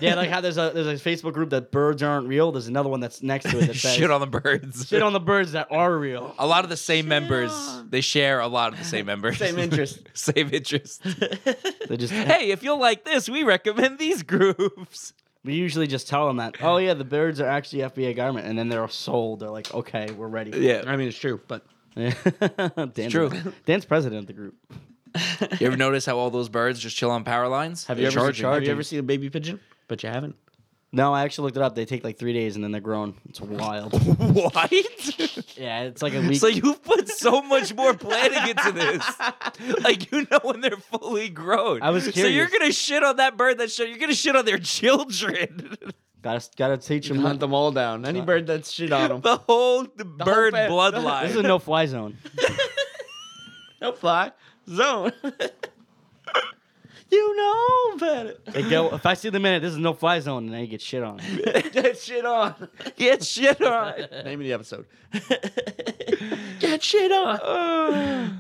A: yeah, like how there's a there's a Facebook group that birds aren't real. There's another one that's next to it that says
C: Shit on the birds.
A: shit on the birds that are real.
C: a lot of the same members.
B: on.
C: They share a lot of the same members.
B: Same interest.
C: same interest.
A: They just
C: hey, if you'll like this, we recommend these groups.
A: we usually just tell them that oh yeah the birds are actually FBI government and then they're sold. They're like okay we're ready.
B: I mean, it's true, but
A: Yeah. Dan,
C: true.
A: Dan's president of the group.
C: You ever notice how all those birds just chill on power lines?
B: have you
C: They're
B: ever seen, have you
C: charging.
B: ever seen a baby pigeon? But you haven't.
A: No, I actually looked it up. They take like three days and then they're grown. It's wild.
C: What?
A: yeah, it's like a week.
C: so you've put so much more planning into this. Like you know when they're fully grown.
A: I was
C: So you're
A: curious.
C: gonna shit on that bird that shit. You're gonna shit on their children.
A: gotta gotta teach them.
B: Hunt them all down. Any bird that's shit on them.
C: the whole the bird
B: fam-
C: bloodline.
A: This is a no fly zone.
B: No fly zone. you know better.
A: They go if I see them in it, this is no fly zone, and they get shit on.
B: Get shit on.
C: Get shit on.
B: Name of the episode. Get shit on.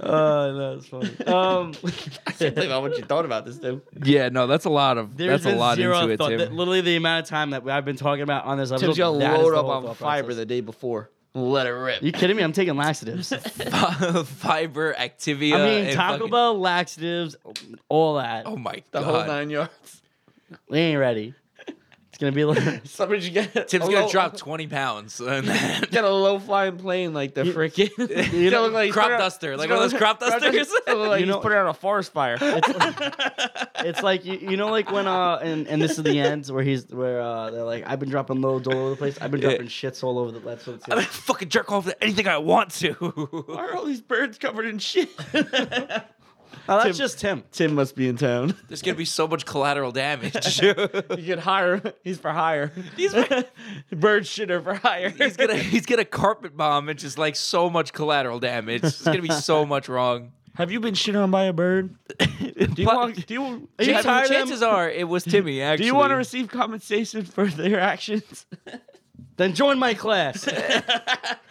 A: Oh, that's funny. Um,
B: I can't believe how much you thought about this, dude.
C: Yeah, no, that's a lot of
A: There's
C: that's a
A: been
C: lot
A: zero
C: into it,
A: thought.
C: Tim.
A: That- literally the amount of time that I've been talking about on this episode.
B: Tim's gonna
A: that is
B: load
A: the
B: up
A: whole
B: on
A: thought
B: fiber
A: process.
B: the day before. Let it rip.
A: you kidding me? I'm taking laxatives.
C: Fiber, Activia.
A: I mean
C: and
A: Taco
C: fucking-
A: Bell laxatives, all that.
C: Oh my
B: the
C: god.
B: whole nine yards.
A: We ain't ready. It's gonna be like
B: Somebody should get
C: Tim's
B: a
C: gonna
B: low-
C: drop twenty pounds. and then-
B: Get a low flying plane like the
A: You-
B: freaking
A: you know,
B: like he's
C: crop
B: put out-
C: duster,
B: it's
C: like
B: gonna
C: one of those
B: look-
C: crop
B: duster,
C: dusters.
B: it's gonna look like
A: You
B: he's
A: know-
B: putting out a forest fire.
A: it's like you, you know like when uh and, and this is the end where he's where uh they're like I've been dropping loads all over the place. I've been
C: Yeah.
A: dropping shits all over the that's what it's
C: I'm gonna
A: like.
C: fucking jerk off to anything I want to.
B: Why are all these birds covered in shit?
A: Oh, that's
B: Tim-
A: just Tim.
B: Tim must be in town.
C: There's gonna be so much collateral damage.
B: You could hire him. He's for hire.
C: He's-
B: bird shitter for hire.
C: he's gonna he's gonna carpet bomb and just like so much collateral damage. It's gonna be so much wrong.
B: Have you been shit on by a bird? Do you
C: But-
B: want? Do you?
A: Are you
C: Chan-
A: tired of them?
C: chances are it was Timmy. Actually,
B: Do you want to receive compensation for their actions?
A: Then join my class.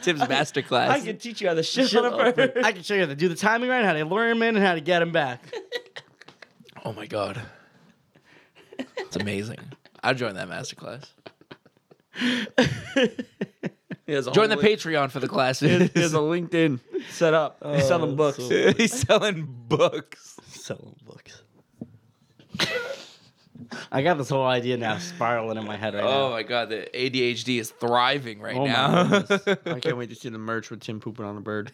C: Tim's masterclass?
B: I can teach you how to shit on a bird.
A: I can show you how to do the timing right, how to lure him in, and how to get him back.
C: Oh my god, it's amazing. I joined that masterclass. Join the Patreon for the classes.
B: There's a LinkedIn set up. He's selling
A: that's
B: books.
A: so
C: He's selling books.
A: Selling books. I got this whole idea now spiraling in my head right
C: Oh
A: now.
C: my god, the ADHD is thriving right
A: Oh my
C: now.
B: I can't wait to see the merch with Tim pooping on a bird.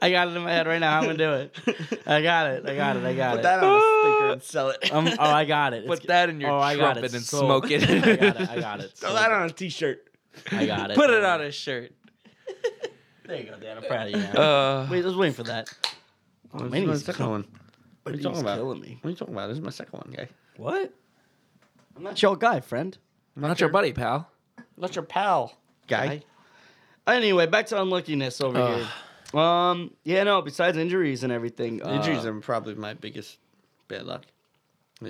A: I got it in my head right now. I'm gonna do it. I got it. I got it. I got it.
B: that on a sticker and sell it.
A: Um, oh, I got it.
C: Put
A: It's-
C: that in your
A: oh, I got
C: trumpet
A: it.
C: and
A: So-
C: smoke it.
A: I got it. I got it.
B: Throw that on a t-shirt.
A: I got it.
C: Put it on a shirt.
A: There you go, Dan. I'm proud of you. Now.
C: Uh,
A: Wait, I was waiting for that. my
B: Oh, this is my
A: name's
B: second
A: Tom.
B: one.
A: What
B: are you talking about?
A: Killing me.
B: What are you talking about? This is my second one, guy.
A: What? I'm not your guy, friend.
C: not your buddy, pal.
B: Not your pal, guy.
A: Anyway, back to unluckiness over
C: Ugh.
A: here. Um, yeah, no. Besides injuries and everything, uh,
B: Injuries are probably my biggest bad luck.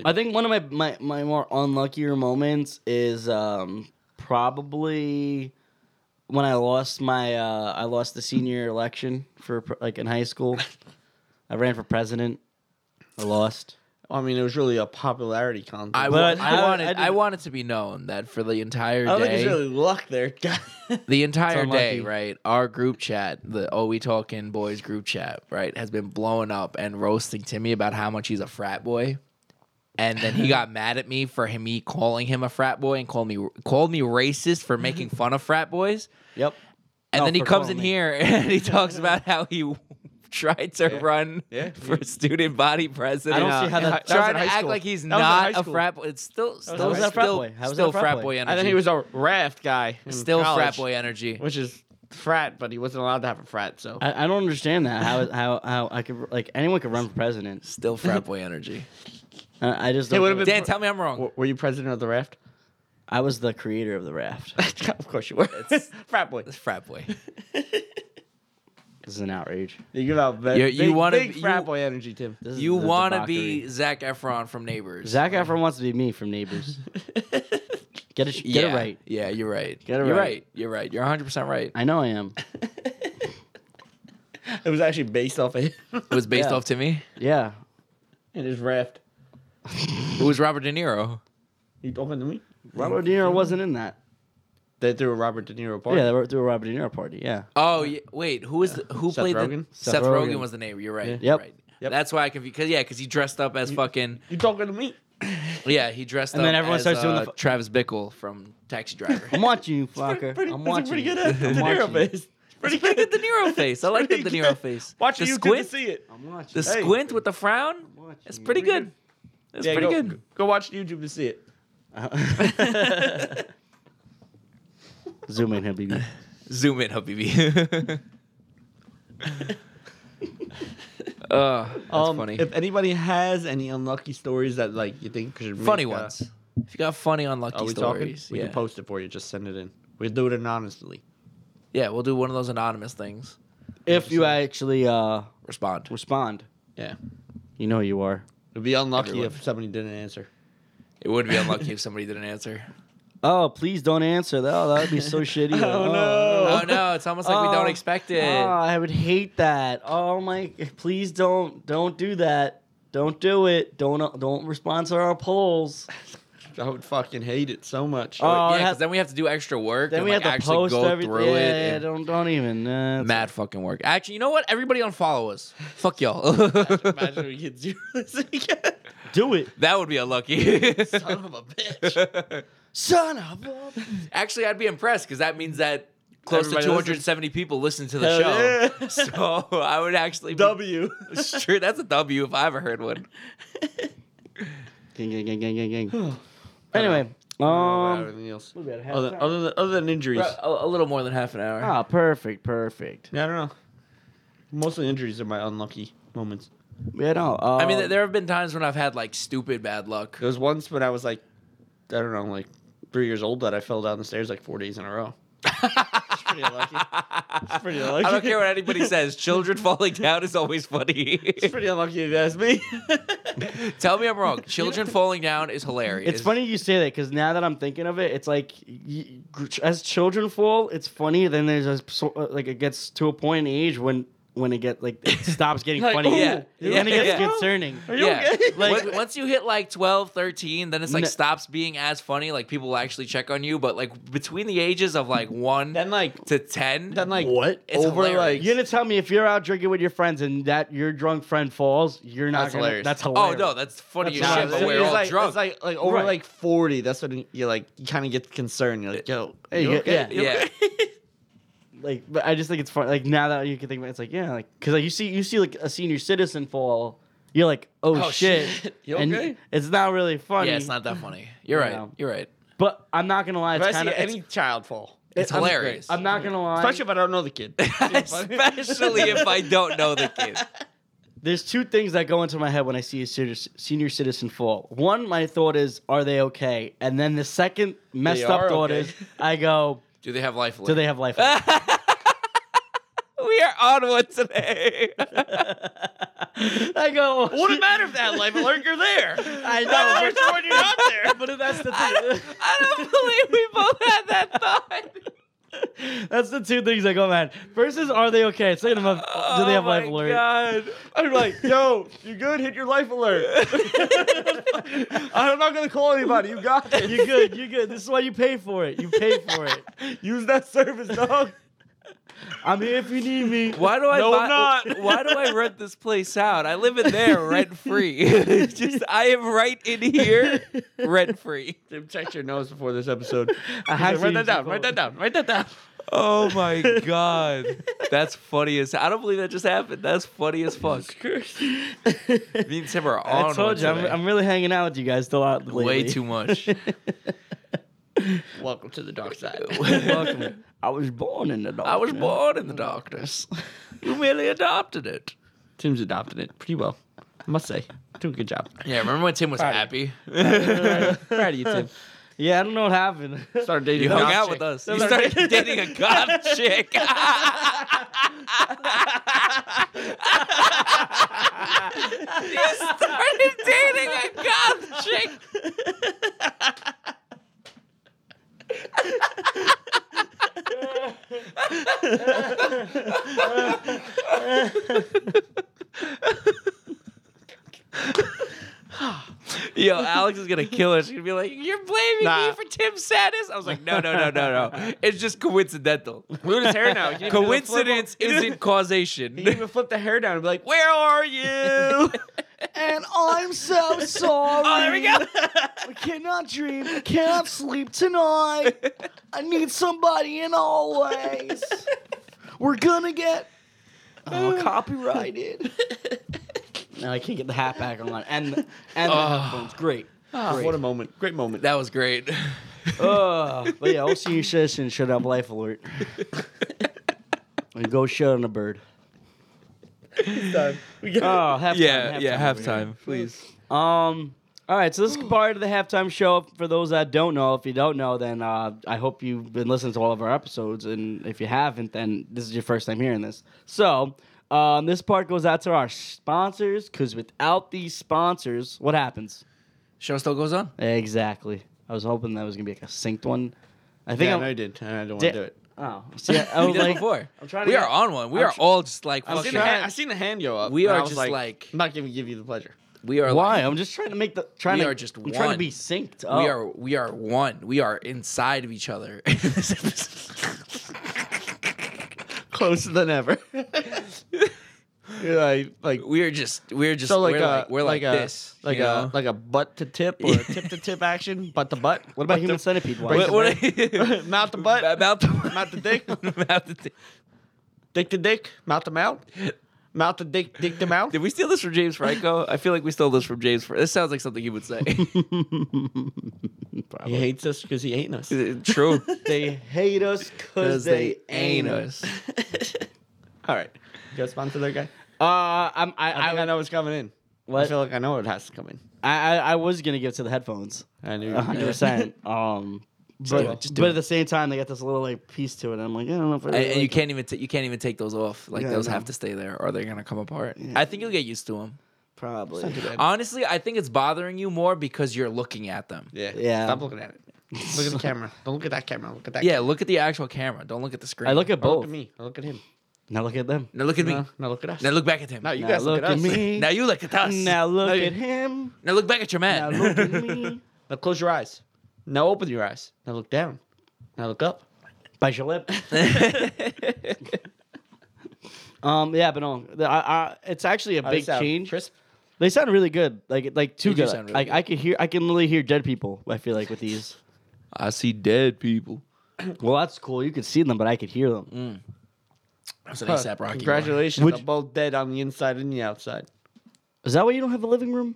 A: I think one of my, my, my more unluckier moments is um, probably when I lost my uh, I lost the senior election for pr- like in high school. I ran for president. I lost.
B: I mean, it was really a popularity contest.
C: I, wa-
A: But
C: I
A: I-
C: wanted
A: I
C: I,
A: didn't-
C: wanted to be known that for the entire
B: I don't think
C: day,
B: it's really luck there.
C: the entire
A: It's unlucky.
C: day, right? Our group chat, the Oh We Talking Boys group chat, right, has been blowing up and roasting Timmy about how much he's a frat boy, and then he got mad at me for him me calling him a frat boy and called me called me racist for making fun of frat boys.
A: Yep.
C: And
A: Oh,
C: then he
A: for
C: comes in
A: calling me.
C: here and he talks about how he tried to run for student body president.
A: I don't see how that- that was
C: trying
A: in
C: to
A: high
C: act
A: school.
C: like he's
B: was in high
C: not a
B: school.
C: frat boy. It's still still
A: How was that a
C: still,
A: frat boy? How was
C: still
A: that a frat
C: frat
A: boy?
C: boy energy.
B: I think he was a raft guy. in
C: still frat
B: college,
C: boy energy.
B: which is frat, but he wasn't allowed to have a frat. So
A: I, I don't understand that. How how how I could like anyone could run for president.
C: Still frat boy energy.
A: I, I just
B: It
A: don't.
B: would've been-
C: Dan, tell me I'm wrong.
B: W- were you president of the raft?
A: I was the creator of the raft.
B: of course you were.
C: It's-
B: frat boy.
C: It's frat boy.
A: This is an outrage.
B: You give out ve-
C: You're- you
B: big,
C: wanna
B: big
C: be-
B: frat
C: you-
B: boy energy, Tim.
A: This is
C: You
A: the
C: want to
A: debauchery.
C: be Zach Efron from Neighbors?
A: Zac Efron wants to be me from Neighbors. get it, get
C: yeah,
A: it right.
C: Yeah, you're right.
A: Get it
C: you're
A: right.
C: right. You're right. You're 100 percent right.
A: I know I am.
B: It was actually based off of him
C: It was based
A: Yeah.
C: off Timmy.
A: Yeah.
B: and his raft.
C: It was Robert De Niro.
B: You talking to me?
A: Robert De Niro wasn't in that.
B: They threw a Robert De Niro party.
A: Yeah, they were through a Robert De Niro party. Yeah.
C: Oh yeah, wait, who was the, who
B: Seth
C: played
B: Rogen?
C: the Seth,
A: Seth
C: Rogen.
A: Rogen.
C: was the neighbor. You're right. Yep.
A: Yep.
C: right.
B: Yep.
C: That's why I confused. Cause yeah, cause he dressed up as fucking
B: You talking to me?
C: yeah. He dressed
A: And
C: up.
A: then everyone
C: as,
A: starts doing the
C: uh,
A: fu-
C: Travis Bickle from Taxi Driver.
A: I'm watching you, Flocker.
B: Pretty,
A: I'm
B: that's a
A: watching.
B: pretty
A: you.
B: good ass De
A: I'm
B: Niro
A: watching you.
B: face. Pretty
C: It's pretty good De Niro face. I like the De
B: pretty
C: Niro
B: good.
C: face.
B: Watch
C: the
B: you to
C: squint,
B: see it.
A: I'm watching.
C: the
A: you.
B: Hey.
C: squint with the frown.
A: Watching
C: It's
A: you.
C: pretty good. It's pretty
B: go,
C: good.
B: Go watch YouTube to see it.
A: Zoom in, Habibi.
C: Zoom in, Habibi. uh, that's
B: Um,
C: funny.
B: If anybody has any unlucky stories that like you think should make,
C: funny
B: uh,
C: ones. If you got funny, unlucky
B: Are we
C: stories,
B: talking? We
C: yeah.
B: can post it for you. Just send it in. We do it anonymously.
C: yeah, we'll do one of those anonymous things.
A: if you actually uh,
C: Respond.
A: respond,
B: Yeah,
A: you know who you are.
B: it'd be unlucky
C: Everyone.
B: if somebody didn't answer.
C: It would be unlucky if somebody didn't answer.
A: Oh, please don't answer. that. Oh, that would be so shitty. Oh,
B: no.
C: Oh no, it's almost like we don't
A: Oh.
C: expect it.
A: Oh, I would hate that. Oh my! Please don't, don't do that. Don't do it. Don't, uh, don't respond to our polls.
B: I would fucking hate it so much.
A: Oh,
C: yeah,
A: it
C: 'cause
A: has-
C: then we have to do extra work.
A: Then
C: and,
A: we
C: like,
A: have to
C: actually
A: post
C: go
A: everything.
C: through
A: yeah,
C: it.
A: yeah,
C: and-
A: don't, don't even. Uh, it's-
C: mad fucking work. Actually, you know what? Everybody unfollow us. Fuck y'all.
B: Imagine we get zero this weekend.
A: Do it,
C: that would be unlucky.
B: Son of a bitch.
A: son of a.
C: Actually, I'd be impressed because that means that close
B: Everybody
C: to 270 people listen to the
B: Hell
C: show. So I would actually be-
B: W.
C: Sure, that's a W if I ever heard one.
A: Gang, gang, gang, gang, gang, gang. anyway, um,
B: Everything else.
A: we had half
B: Other,
A: time.
B: other than, other than injuries.
C: A, a little more than half an hour.
A: ah, perfect, perfect.
B: Yeah, I don't know. Mostly injuries are my unlucky moments.
A: Yeah, no. Um,
C: I mean, th- there have been times when I've had like stupid bad luck.
B: There was once when I was like, I don't know, like three years old that I fell down the stairs like four days in a row. it's pretty unlucky. It's pretty unlucky.
C: I don't care what anybody says. Children falling down is always
B: It's
C: funny.
B: pretty unlucky if you ask me.
C: Tell me I'm wrong. Children falling down is hilarious.
A: It's funny you say that because now that I'm thinking of it, it's like y- gr- as children fall, it's funny. Then there's a so, uh, like it gets to a point in age when when it get like it stops getting
B: Like,
A: funny.
B: ooh,
C: Yeah.
A: and
C: yeah,
A: it gets
C: yeah.
A: concerning.
B: Are you
C: yeah.
B: okay?
C: Like,
A: Like-
C: once, once you hit like 12, 13, then it's like
A: No.
C: stops being as funny. Like people will actually check on you. But like between the ages of like one
B: Then like,
C: to 10,
B: then like,
A: What?
C: It's
B: over
C: hilarious.
B: like,
A: You're gonna tell me if you're out drinking with your friends and that your drunk friend falls, you're not
B: That's
A: gonna.
B: hilarious.
A: That's
C: oh
A: hilarious.
C: no, that's
A: That's
C: funny as
A: not-
C: shit. But
A: it's
C: we're all
B: like,
C: drunk.
B: It's like, like over
A: Right.
B: like forty. That's when you like you kind of get concerned. You're like, yo,
A: Hey,
B: you
A: yeah,
B: okay?
A: yeah.
B: You
C: yeah.
A: Like, but I just think it's funny. Like now that you can think about, it, it's like yeah, like because like you see you see like a senior citizen fall, you're like oh,
C: Oh,
A: shit,
C: shit.
B: You
A: and
B: okay?
A: it's not really funny.
C: yeah, it's not that funny. You're
A: I
C: right.
A: know.
C: You're right.
A: But I'm not gonna lie,
B: If I
A: it's
B: see
A: kind of
B: any child fall,
C: It's
A: I'm-
C: hilarious.
A: I'm not gonna lie.
B: especially if I don't know the kid,
C: Especially if I don't know the kid.
A: There's two things that go into my head when I see a senior, senior citizen fall. One, my thought is, are they okay? And then the second messed
B: They
A: up
B: are
A: thought
B: okay.
A: is, I go,
C: Do they have life?
A: do they have life? left?
C: we are on one today.
A: I go,
B: What would it matter if that life alert? You're there.
A: I
B: That
A: know,
B: alert's when you're not there.
A: but, but that's the
C: I
A: thing.
C: don't believe we both had that thought.
A: That's the two things that go mad. First is are they okay? Second of all, do they have
B: oh
A: life
B: my
A: alert?
B: God. I'm like, yo, you good? Hit your life alert. I'm not gonna call anybody. You got it.
A: You're good. You're good. This is why you pay for it. You pay for it.
B: Use that service, dog.
A: I'm here if you need me.
C: Why do I
B: No,
C: buy,
B: I'm not.
C: why do I rent this place out? I live in there rent free. It's just I am right in here rent free.
B: Tim, check your nose before this episode.
A: I had to
B: write
A: use
B: that
A: the
B: down. Write
A: phone.
B: that down. Write that down.
C: Oh my god. That's funny as I don't believe that just happened. That's funny as fuck. Me and Tim are on
A: I told you, I'm, I'm really hanging out with you guys a lot lately.
C: way too much.
B: Welcome to the dark side.
C: Welcome.
A: I was born in the dark.
C: I was born in the darkness. You merely adopted it.
B: Tim's adopted it pretty well. I must say, doing a good job.
C: Yeah, remember when Tim was happy?
B: Proud of you, Tim.
A: Yeah, I don't know what happened.
B: Started dating.
C: You
B: a
C: hung
B: goth
C: out
B: chick.
C: with us. You started dating a god chick. you started dating a god chick. Yo, Alex is gonna kill her. She's gonna be like, "You're blaming
B: Nah.
C: me for Tim's sadness." I was like, "No, no, no, no, no. It's just coincidental.
B: Look at his hair now. He didn't even flip
C: Coincidence
B: him. He didn't-
C: isn't causation."
B: He didn't even flip the hair down and be like, "Where are you?"
A: and I'm so sorry.
C: Oh, there we go.
A: I cannot dream. Cannot sleep tonight. I need somebody in always. We're gonna get oh, copyrighted. no, I can't get the hat back on. And the- and the
C: Oh.
A: headphones. Great.
B: Ah, what a moment! Great moment.
C: That was great.
A: Uh, but yeah, I'll see you citizen. Shut up, life alert. And go shut on a bird.
B: time. We got
A: Oh, halftime.
C: yeah, yeah,
A: halftime over here.
C: halftime, please.
A: Um. All right, so this is part of the halftime show. For those that don't know, if you don't know, then uh, I hope you've been listening to all of our episodes, and if you haven't, then this is your first time hearing this. So um, this part goes out to our sponsors, because without these sponsors, what happens?
C: Show still goes on.
A: Exactly. I was hoping that was gonna be like a synced one. I think
B: yeah,
A: I'm.
B: no, I did. I don't want
A: Di-
B: to do it.
A: oh, see, I, I
C: We
A: was
C: did it
A: like,
C: before.
A: I'm trying to
C: we
A: get-
C: are on one. We
A: I'm
C: are
A: tr-
C: all just like
B: I seen,
C: fucking.
B: the hand, I seen the hand go up.
C: We
B: and
C: are
B: I was
C: just like-
B: I'm not giving give you the pleasure.
C: We are
A: why?
C: Like,
A: I'm just trying to make the trying
C: We
A: to
C: are just
A: I'm trying to
C: one.
A: be synced. Up.
C: we are we are one. We are inside of each other.
B: Closer than ever. You're like like
C: we are just we're just
B: so like
C: we're
B: a
A: uh,
C: like we're like,
B: a,
C: this.
B: like
C: you
B: a
C: know?
B: like a butt to tip or a tip to tip action butt to butt.
A: What about human centipede? Wise?
C: what, what-
B: mouth to butt,
C: mouth to
B: Mouth to dick.
C: mouth to dick.
B: dick to dick, mouth to mouth, mouth to dick, dick to mouth.
C: Did we steal this from James Franco? I feel like we stole this from James. Franco. This sounds like something he would say.
B: He hates us because he ain't us.
C: True.
A: They hate us because they, ain't us.
B: All right, you got sponsor that guy.
A: Uh, I'm, I,
B: I think I,
A: I,
B: know it's coming in. I
A: What?
B: feel like I know it has to come in.
A: I, I, I was gonna give it to the headphones,
B: I knew. you were gonna do
A: hundred
B: it.
A: percent. Um,
C: do
A: but
C: it, just do
A: but
C: it.
A: at the same time, they got this little like piece to it. And I'm like, I don't know if I
C: and,
A: really
C: and you
A: like
C: can't even ta- you can't even take those off. Like
A: Yeah, I
C: those
A: know.
C: have to stay there, or they're gonna come apart. I think you'll get used to them.
A: it. probably.
C: Honestly, I think it's bothering you more because you're looking at them.
B: Yeah.
A: Yeah.
B: Stop looking at it. Look at the camera. Don't look at that camera. Look at that.
C: Yeah,
B: Camera.
C: look at the actual camera. Don't look at the screen.
A: I look at
B: Or Look
A: both.
B: at me. Or Look at him.
A: Now look at them.
C: Now look at me.
B: No, no, look at us.
C: Now look back at him.
B: no, you
A: Now
B: guys look, at, us.
A: me.
C: Now you look at us. Now,
A: Now look
B: Now you-
A: at him.
C: look back at your
A: Now
C: man.
A: look at me.
B: Now close your eyes. Now open your eyes. Now look down. Now look up.
A: Bite your lip. um, yeah, but no, the- I, I, it's actually a
B: How does
A: big
B: that sound?
A: change.
B: Crisp.
A: They sound really good. Like like too
C: They do
A: good.
C: sound really
A: like I could hear. I can literally hear dead people. I feel like with these.
C: I see dead people.
A: Well, that's cool. You could see them, but I could hear them.
C: That's an ASAP Rocky. line.
B: Congratulations.
A: Would-
B: They're both dead on the inside and the outside.
A: Is that why you don't have a living room?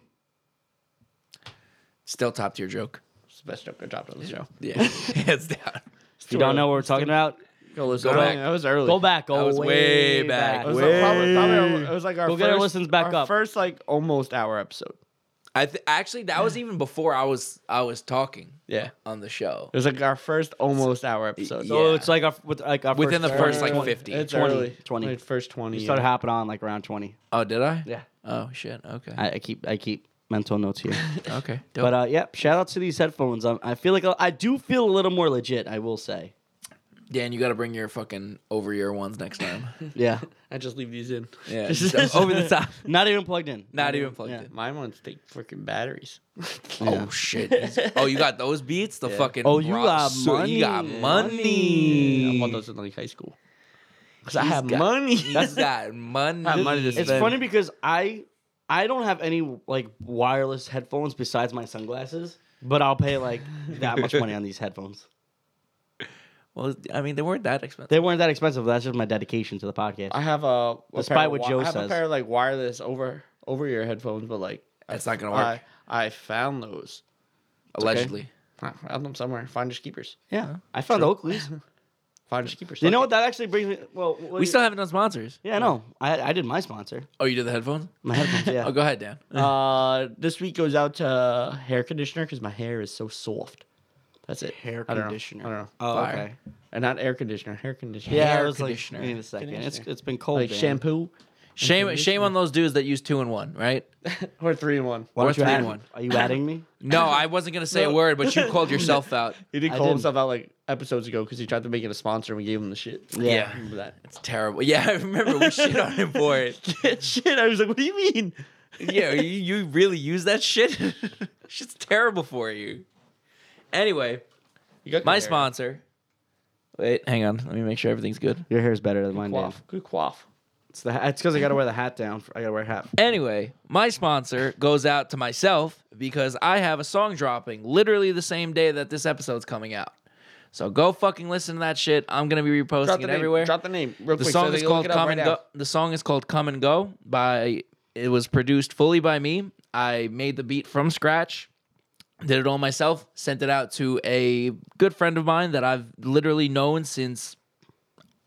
C: Still top tier joke.
B: It's the best joke I dropped on the show.
C: Yeah, hands down.
A: If you don't know what we're talking about,
B: Go listen.
C: Go back.
B: That was early.
A: go back. Go
C: That was way back.
B: It was,
C: Way-
B: like probably, probably our- it was like our
A: Go
B: first,
A: get our listens back
B: our
A: up.
B: first like almost hour episode.
C: I th- actually that was even before I was I was talking
B: Yeah.
C: on the show.
B: It was like our first almost hour episode.
C: Yeah.
A: So it's like our, with, like our
C: Within the
A: uh,
C: first like
B: Early.
C: 50.
B: It's
A: 20,
B: early.
A: 20.
B: Like, first 20.
A: You started
B: yeah.
A: hopping on like around twenty.
C: Oh, did I?
A: Yeah.
C: Oh shit. Okay.
A: I, uh, I keep I keep mental notes here.
C: okay. Dope.
A: Um, uh, but uh, yeah, shout out to these headphones. i I feel like I do feel a little more legit. I will say.
C: Dan, you got to bring your fucking over ear ones next time.
A: Yeah.
B: I just leave these in.
C: Yeah, just over the top,
A: Not even plugged in.
C: not even plugged
A: yeah.
C: in.
B: My ones take freaking batteries.
C: Oh shit! Oh, you got those beats? The fucking
A: Oh, you
C: rock-
A: got
C: so- You got
A: money.
C: money.
B: I bought those in like high school. Because I
C: He's
B: have
C: got-
B: money.
C: He's got money.
B: I have money to
A: It's
B: spend.
A: funny because I I don't have any like wireless headphones besides my sunglasses, but I'll pay like that much money on these headphones.
C: Well, I mean, they weren't that expensive.
A: They weren't that expensive. That's just my dedication to the podcast.
B: I have a, a
A: Despite
B: pair of
A: what
B: wi-
A: Joe
B: I have
A: says.
B: a pair of like wireless over over ear headphones, but like
C: That's not gonna work.
B: I, I found those.
C: allegedly,
B: I found them somewhere. Finders keepers.
A: yeah, I found Oakley's.
B: Finders keepers.
A: You know
B: Fuck
A: what? That actually brings me. Well,
C: we still haven't done sponsors.
A: Yeah, no, I I did my sponsor,
C: Oh, you did the headphones?
A: my headphones. Yeah,
C: Oh, go ahead, Dan.
B: it. Uh, this week goes out to uh, hair conditioner because my hair is so soft. That's it.
A: hair
B: I don't know.
A: conditioner.
B: I don't know.
A: Oh,
C: Fire.
A: okay.
B: And not air conditioner. Hair conditioner.
A: Yeah, I
C: Hair
A: was like,
C: conditioner.
A: wait a second. It's
B: Conditioner.
A: it's been cold.
B: like
A: Dan.
B: shampoo
C: Shame, shame on those dudes that use two and one, right?
B: or three in one.
A: Why
C: Or
A: don't you
C: three
A: add
C: in one.
A: Are you adding me?
C: No, I wasn't gonna say a word, but you called yourself out.
B: He did
A: I
B: call
A: didn't.
B: himself out like episodes ago because he tried to make it a sponsor and we gave him the shit.
A: Yeah.
B: I remember that.
C: It's terrible. Yeah, I remember we shit on him for it.
B: shit. I was like, what do you mean?
C: Yeah, you, you really use that shit? Shit's terrible for you. Anyway,
B: You got
C: my
B: good hair.
C: sponsor. Wait, hang on. Let me make sure everything's good.
A: Your hair's better than mine, Dan.
B: Quaff. Good quaff.
A: It's the it's because I gotta wear the hat down. I gotta wear a hat.
C: Anyway, my sponsor goes out to myself because I have a song dropping literally the same day that this episode's coming out. So go fucking listen to that shit. I'm gonna be reposting
B: Drop the
C: it
B: name.
C: everywhere.
B: Drop the name real
C: the
B: quick.
C: song
B: so they
C: is
B: can look
C: called
B: it up
C: Come
B: right
C: and
B: now.
C: Go. The song is called Come and Go by it was produced fully by me. I made the beat from scratch. Did it all myself, sent it out to a good friend of mine that I've literally known since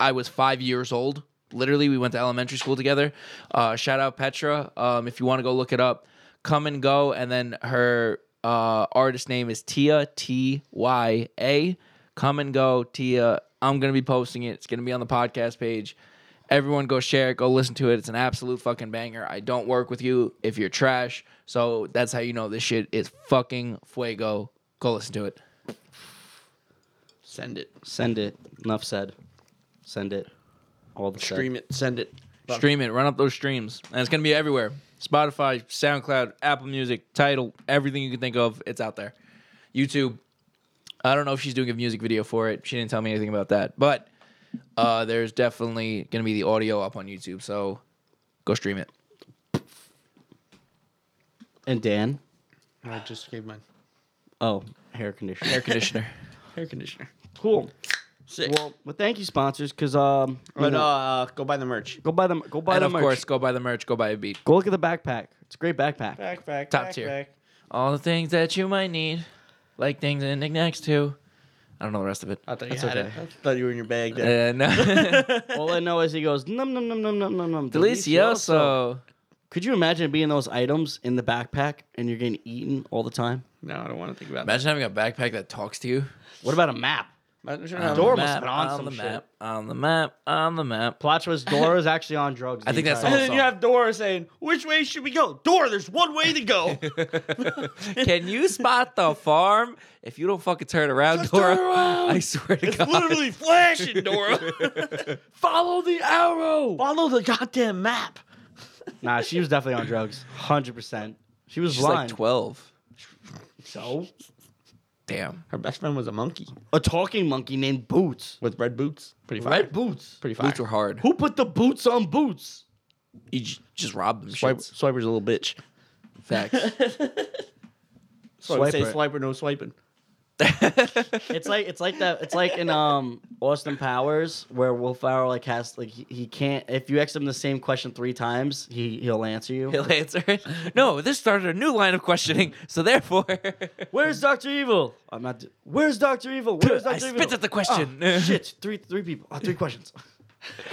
C: I was five years old. Literally, we went to elementary school together. Uh, shout out Petra. Um, if you want to go look it up, come and go. And then her uh, artist name is Tia T Y A. Come and go, Tia. I'm gonna be posting it. It's gonna be on the podcast page. Everyone, go share it. Go listen to it. It's an absolute fucking banger. I don't work with you if you're trash. So that's how you know this shit is fucking fuego. Go listen to it.
B: Send it.
A: Send it. Enough said. Send it. All the said.
B: Stream it. Send it. Fuck.
C: Stream it, run up those streams, and it's gonna be everywhere: Spotify, SoundCloud, Apple Music, Title, everything you can think of. It's out there. YouTube. I don't know if she's doing a music video for it. She didn't tell me anything about that, but uh, there's definitely gonna be the audio up on YouTube. So go stream it.
A: And Dan.
B: I just gave mine.
A: Oh, hair conditioner.
C: Air conditioner.
B: Hair conditioner.
A: Cool.
B: Sick.
A: Well, well, thank you, sponsors, because um, you
B: but
A: know,
B: uh, go buy the merch.
A: go buy them. Go buy
C: and
A: the
C: of
A: merch.
C: course, go buy the merch. Go buy a beat.
A: Go look at the backpack. It's a great backpack.
B: Back, back,
C: Top tier. All the things that you might need, like things in next to. I don't know the rest of it.
B: I thought you
A: That's
B: had
A: okay.
B: it. I thought you were in your bag. There.
C: Uh, no.
A: All I know is he goes num num num num num num num.
C: Delicioso.
A: Could you imagine being those items in the backpack and you're getting eaten all the time?
B: No, I don't want to think about that.
C: Imagine having a backpack that talks to you.
A: What about a map?
B: Imagine
C: On
B: how-
A: Dora
C: the
A: must have been on some
C: the
A: shit.
C: map, on the map, on the map.
A: Plot twist: Dora is actually on drugs.
C: I think that's
B: And
A: entire-
B: then you have Dora saying, "Which way should we go?" Dora, there's one way to go.
C: Can you spot the farm? If you don't fucking turn around,
B: Just
C: Dora,
B: turn around.
C: I swear to
B: It's
C: God.
B: literally flashing, Dora.
C: follow the arrow.
B: Follow the goddamn map.
A: Nah, she was definitely on drugs. Hundred percent. She was
C: She's like
A: blind.
C: twelve.
A: so
C: Damn.
B: Her best friend was a monkey
A: a talking monkey named Boots.
B: with red boots. Pretty fire.
A: Red Boots.
B: Pretty fire.
C: Boots were hard.
A: Who put the boots on Boots?
C: You j- just robbed them.
B: Swipe,
C: Shits.
B: Swiper's a little bitch.
C: Facts.
B: So I would say
A: Swiper.
B: swiper, no swiping.
A: It's like it's like that. It's like in um Austin Powers where Will Ferrell like has like he, he can't if you ask him the same question three times he he'll answer you.
C: He'll answer it. No, this started a new line of questioning. So therefore,
A: Where's Doctor Evil? I'm not. d- Where's Doctor Evil? Where's
C: I
A: Doctor Evil?
C: spit at the question.
A: Oh, shit, three three people. Oh, three questions.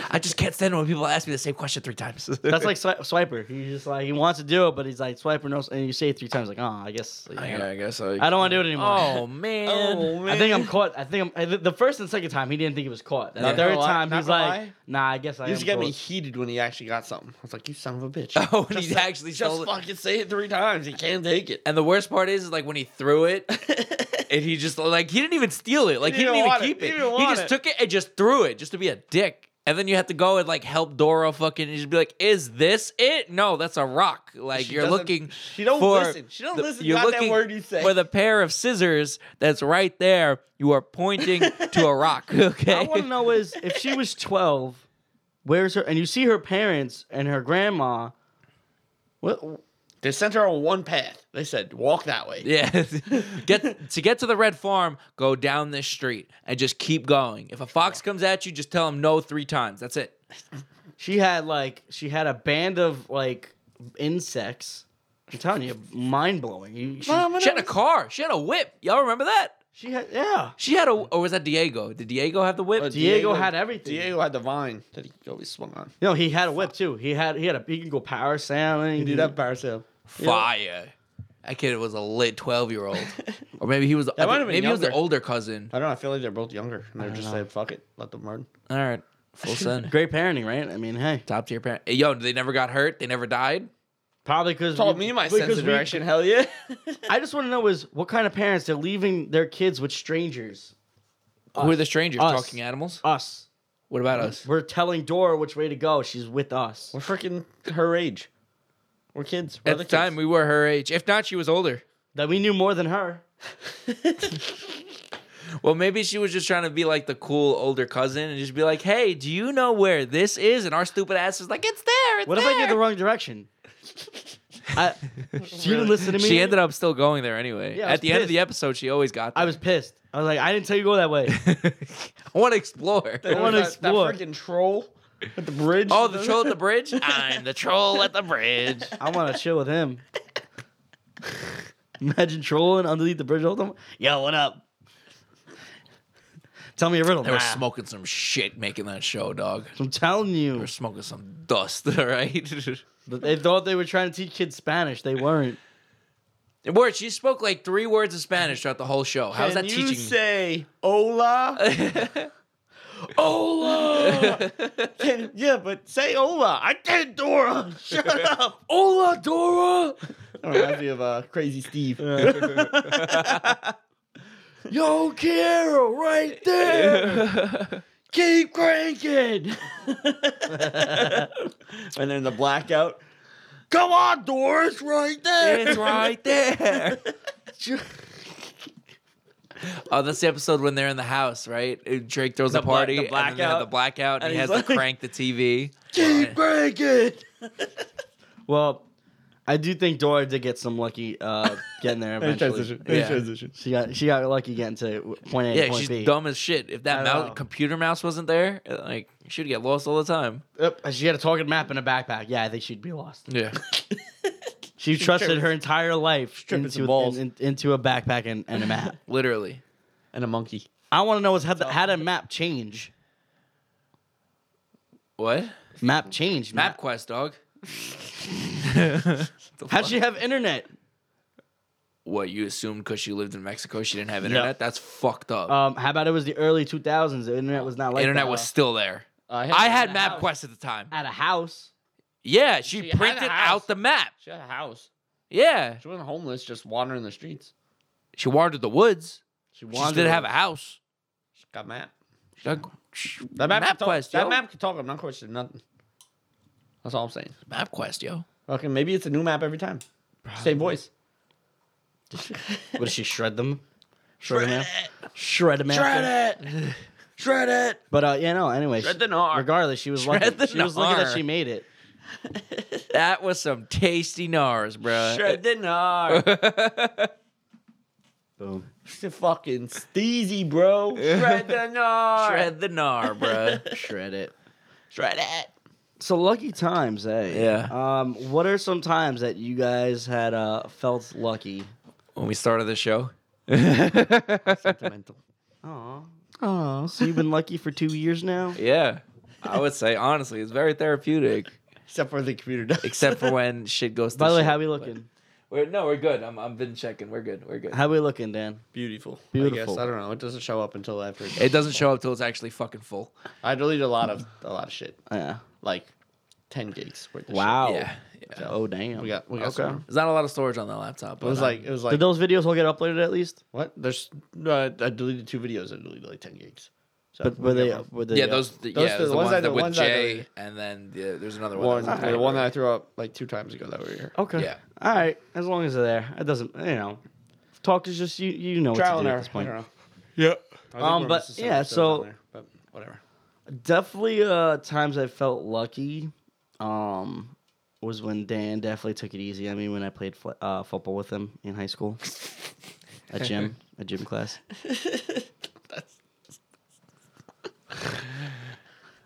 C: I just can't stand when people ask me the same question three times.
A: That's like swi- Swiper. He's just like he wants to do it, but he's like Swiper knows, and you say it three times. Like, oh, I guess.
C: I guess I.
A: I don't want to do it anymore.
C: Oh man.
A: I think I'm caught. I think I'm I- the first and second time he didn't think it was caught. And
C: Not
A: the third
B: gonna lie-
A: time
B: not
A: he's
B: gonna
A: like,
B: lie.
A: "Nah, I guess I
B: He
A: am."
B: just got me
A: caught.
B: heated when he actually got something. I was like, "You son of a bitch!"
C: Oh, and he
B: Just-
C: actually
B: just
C: stole it.
B: fucking say it three times. He can't take it.
C: And the worst part is, is like when he threw it, and he just like he didn't even steal it. Like he
B: didn't
C: didn't,
B: even
C: even
B: want it.
C: keep
B: He
C: it.
B: didn't
C: He,
B: want
C: just
B: it.
C: took it and just threw it just to be a dick. And then you have to go and like help Dora fucking and just be like, "Is this it? No, that's a rock." Like
B: She
C: you're
B: doesn't-
C: looking.
B: she don't
C: for
B: listen. She don't listen to
C: you're
B: goddamn
C: looking
B: word you say.
C: For the pair of scissors that's right there, you are pointing to a rock. Okay.
A: I want to know is if she was 12, where's her? And you see her parents and her grandma. What?
B: They sent her on one path. They said, walk that way.
C: Yeah. get to get to the red farm, go down this street and just keep going. If a fox comes at you, just tell him no three times. That's it.
A: She had like she had a band of like insects. I'm telling you, mind blowing. You, she,
B: Mom,
C: She had a car. She had a whip. Y'all remember that?
A: she had yeah.
C: She had a or was that Diego? Did Diego have the whip?
B: Uh,
A: Diego had everything.
B: Diego had the vine that he always swung on.
A: No, he had a whip too. He had he had a he can go parasailing.
B: He did that by himself.
C: Fire. That kid was a lit twelve year old. or maybe he was I
B: might
C: think-
B: have been
C: maybe he was the
B: younger.
C: older cousin.
B: I don't know. I feel like they're both younger. And they're just like, fuck it. Let them learn.
C: All right. Full send.
A: Great parenting, right? I mean, hey,
C: Top tier parent. Hey, Yo, they never got hurt. They never died.
A: probably because
B: Taught me my sense of direction. Hell yeah.
A: I just want to know is what kind of parents they're leaving their kids with strangers.
C: Who are the strangers?
A: Us.
C: Talking animals.
A: Us.
C: What about us?
A: We're telling Dora which way to go. She's with us.
B: We're freaking her age. We're kids. We're
C: At the time, we were her age. If not, she was older.
A: That we knew more than her.
C: Well, maybe she was just trying to be like the cool older cousin and just be like, "Hey, do you know where this is?" And our stupid ass is like, "It's there." It's
A: What if I did the wrong direction? I, she didn't listen to me.
C: She ended up still going there anyway.
A: Yeah, I was
C: At the end of
A: pissed.
C: the episode, she always got. There.
A: I was pissed. I was like, I didn't tell you to go that way.
C: I want to explore.
A: I wanna explore.
B: That freaking troll at the bridge.
C: Oh, the troll at the bridge. I'm the troll at the bridge.
A: I want to chill with him. Imagine trolling underneath the bridge all the time. Yo, what up? Tell me a riddle.
C: They were
A: Nah.
C: smoking some shit making that show, dog.
A: I'm telling
C: They
A: you.
C: were smoking some dust, all right?
A: But They thought they were trying to teach kids Spanish. They weren't.
C: Word, she spoke like three words of Spanish throughout the whole show. How's
B: Can
C: that
B: you
C: teaching?
B: say hola? hola. Can- yeah, but say hola. I can't, Dora. Shut up.
C: Hola, Dora.
B: That reminds me of uh, Crazy Steve.
A: Yo, Carol, right
C: there.
A: Keep cranking.
B: and then the blackout. Come on, Doris, right there.
C: It's right there. Oh, that's the episode when they're in the house, right? Uh, Drake throws a
B: bla-
C: party, and
B: the
C: then they have
B: blackout.
C: the blackout, and,
B: And
C: he has
B: he's
C: to
B: like-
C: crank the TV.
B: Keep cranking.
A: Well, I do think Dora did get some lucky uh, getting there eventually.
C: Yeah.
A: She got she got lucky getting to point A, to
C: Yeah,
A: point
C: she's
A: B.
C: dumb as shit. If that
A: I don't
C: mouse,
A: know.
C: computer mouse wasn't there, uh, like she'd get lost all the time.
A: Yep, She had a target map in a backpack. Yeah, I think she'd be lost.
C: Yeah,
A: She trusted her entire life
B: tripping some
A: into,
B: balls.
A: in- in- into a backpack and, and a map.
C: literally.
B: And a monkey.
A: I want to know is how, the, how did map change?
C: What?
A: Map changed.
C: Map
A: Map.
C: quest, dog.
A: How'd she have internet?
C: What you assumed because she lived in Mexico, she didn't have internet. That's fucked
B: Uh,
C: up.
A: Um, how about it was the early 2000s? The internet was not like
C: internet
A: that.
C: was still there.
B: Uh, I
C: I had
B: a
C: map
B: house.
C: quest at the time.
A: at a house.
C: Yeah, she,
B: She had a
C: printed
B: house.
C: out the map.
B: She had a house.
C: Yeah,
B: She wasn't homeless, just wandering the streets.
C: she wandered the woods.
A: She
C: She just
A: wanted
C: didn't have a house.
B: She got map.
C: That,
B: That map, can talk-
C: quest,
B: That
C: yo.
B: map can talk. I'm not questioning nothing. That's all I'm saying.
C: map quest, yo.
B: Okay, maybe it's a new map every time. Same voice.
A: What did she shred them? Shred, them. Out? Shred them. Shred
B: it. Shred it.
A: But uh, yeah, no. Anyway,
B: Shred
A: she-
B: the gnar.
A: regardless, she was
C: Shred
A: lucky.
C: the
A: She was lucky that
C: gnar.
A: she made it.
C: That was some tasty nars, bro.
B: Shred the gnar.
D: Boom.
B: It's a fucking steezy, bro. Shred the gnar.
C: Shred the gnar, bro.
A: Shred it.
C: Shred it.
A: So lucky times, eh?
C: Yeah.
A: Um, what are some times that you guys had uh felt lucky?
C: When we started the show.
B: Sentimental.
A: Aw. Oh, so you've been lucky for two years now?
C: yeah, I would say honestly, it's very therapeutic,
B: Except for the computer does.
C: except for when shit goes. To
A: By the way,
C: shit,
A: how we
C: but-
A: looking?
C: We're, no, we're good. I'm. I've been checking. We're good. We're good.
A: How we looking, Dan?
B: beautiful. I guess
A: Beautiful.
B: I don't know. It doesn't show up until after.
C: It doesn't show up till it's actually fucking full.
B: I delete a lot of a lot of shit.
A: Yeah.
B: Like ten gigs worth.
A: Uh,
B: Of
A: Wow.
C: Yeah, yeah.
A: Oh damn.
B: shit. we got we got
A: Okay.
B: some.
C: There's not a lot of storage on that laptop.
B: It was like it was like
A: Did those videos all get uploaded at least?
B: what? There's uh, I deleted two videos. I deleted like ten gigs. So
A: But
B: we
A: were
B: got
A: they?
B: one.
A: Were they
C: yeah,
A: up?
C: those, yeah,
B: Those
C: there's
B: are the
C: the
B: ones
C: ones,
B: I
C: that
B: know-
C: with
B: ones I know.
C: Jay, and then the, there's another one.
B: one,
C: that was
B: the
C: hybrid.
B: one that I threw up like two times ago that we were here.
A: Okay.
C: Yeah.
A: All right. As long as they're there, it doesn't. You know, talk is just you. You know what
B: Trial
A: to
B: and
A: do at
B: error.
A: this point.
B: I don't know.
D: Yeah.
B: I think
A: Um,
B: we're
A: but,
B: missing some
A: yeah,
B: episodes on
A: so-
B: there, but whatever.
A: Definitely, uh, times I felt lucky, um, was when Dan definitely took it easy on me when I played fl- uh, football with him in high school, at gym, at gym class.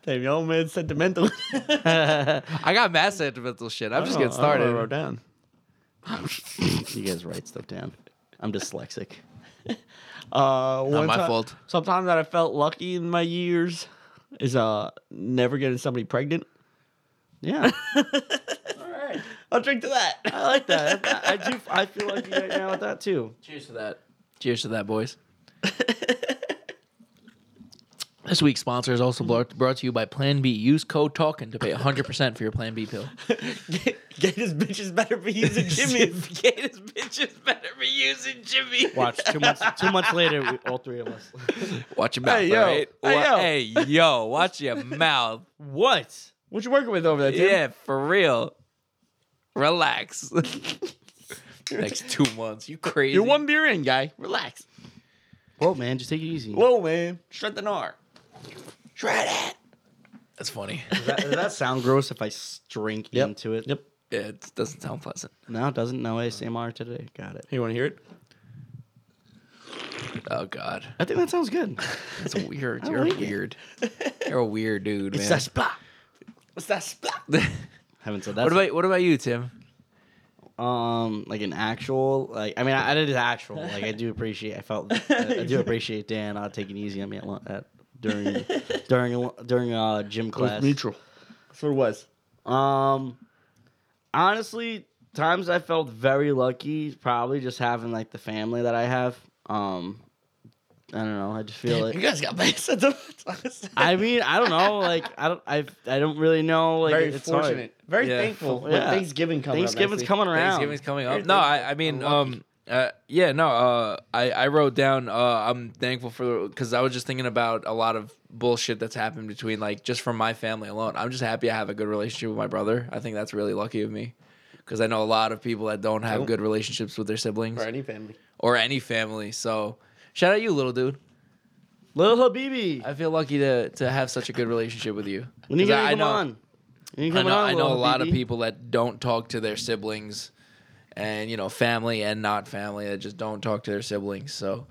B: Damn, you old man sentimental.
C: I got mad sentimental shit. I'm just
B: Oh,
C: getting
B: I don't know what I
C: started.
B: wrote down.
A: you guys write stuff down. I'm dyslexic.
B: Uh, one
C: my
B: ti-
C: fault.
B: Sometime that I felt lucky in my years is uh never getting somebody pregnant.
A: Yeah,
B: I'll drink to that.
A: I like that. I, I do. I feel lucky right now with that too.
C: Cheers to that. Cheers to that, boys. This week's sponsor is also brought brought to you by Plan B. Use code TALKING to pay 100% for your Plan B pill.
B: Get, get his bitches better for using Jimmy. get his bitches better for using Jimmy.
A: Watch two months. Two months later, we, all three of us.
C: Watch your mouth,
B: Hey, yo.
C: all right?
B: Hey,
C: Wa-
B: yo.
C: hey, yo, watch your mouth.
A: What?
B: What you working with over there, dude?
C: Yeah, for real. Relax. Next two months. You crazy.
B: You're one beer in, guy. Relax.
A: Whoa, man, just take it easy.
B: Whoa, Oh, man. Shred the R. Shred it.
C: That's funny.
A: Does that, does that sound gross if I s- drink into it? Yep.
C: Yeah, it doesn't sound pleasant.
A: No, it doesn't. No ASMR today. Got it.
B: You want to hear it?
C: Oh, God.
A: I think that sounds good.
C: That's weird.
A: I
C: You're
A: like it.
C: weird. You're a weird dude, man.
B: splat. What's that splat?
A: Haven't said that.
C: what about what about you, Tim?
A: um like an actual like I mean I, I did an actual like I do appreciate I felt I, I do appreciate Dan uh, taking it easy on me at, lun- at during during during uh gym class.
B: That's what it was.
A: Um, honestly, times I felt very lucky, probably just having like the family that I have. Um, I don't know. I just feel
B: You
A: like.
B: guys got bad sentiments.
A: I mean, I don't know. Like, I don't. I I don't really know. Like,
B: very
A: it's hard.
B: fortunate. Very
C: Yeah.
B: thankful. with
A: Yeah.
B: Thanksgiving coming. up next
A: Thanksgiving's
B: week.
A: coming around.
C: Thanksgiving's coming up. No, I, I mean, um, uh, yeah, no, uh, I, I wrote down, uh, I'm thankful for because I was just thinking about a lot of bullshit that's happened between like just from my family alone. I'm just happy I have a good relationship with my brother. I think that's really lucky of me because I know a lot of people that don't have good relationships with their siblings
B: For any family.
C: or any family. So shout out you, little dude.
A: Lil Habibi,
C: I feel lucky to to have such a good relationship with you.
A: when you
C: 'Cause I-
A: gonna
C: I
A: come
C: know-
A: on? When you
C: I
A: coming
C: know,
A: on,
C: I know a
A: Lil
C: lot of
A: Habibi?
C: people that don't talk to their siblings and you know family and not family that just don't talk to their siblings so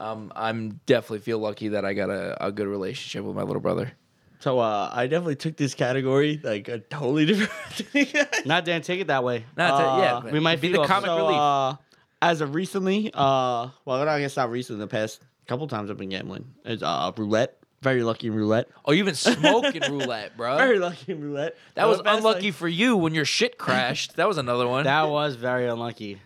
C: um, i'm definitely feel lucky that i got a, a good relationship with my little brother
B: So uh, I definitely took this category like a totally different.
A: Not Dan. Take it that way.
C: no, it's a-
B: Uh,
C: yeah
A: we might
C: be
A: be
C: the
A: off.
C: comic
B: So,
C: relief
B: Uh, as of recently, uh, well, I guess not recently. The past couple times I've been gambling is uh, roulette. Very lucky in roulette.
C: oh you've been smoking roulette
B: Very
C: bro
B: lucky in roulette.
C: that was
B: The past,
C: unlucky
B: Like,
C: for you when your shit crashed that was another one
A: That was very unlucky.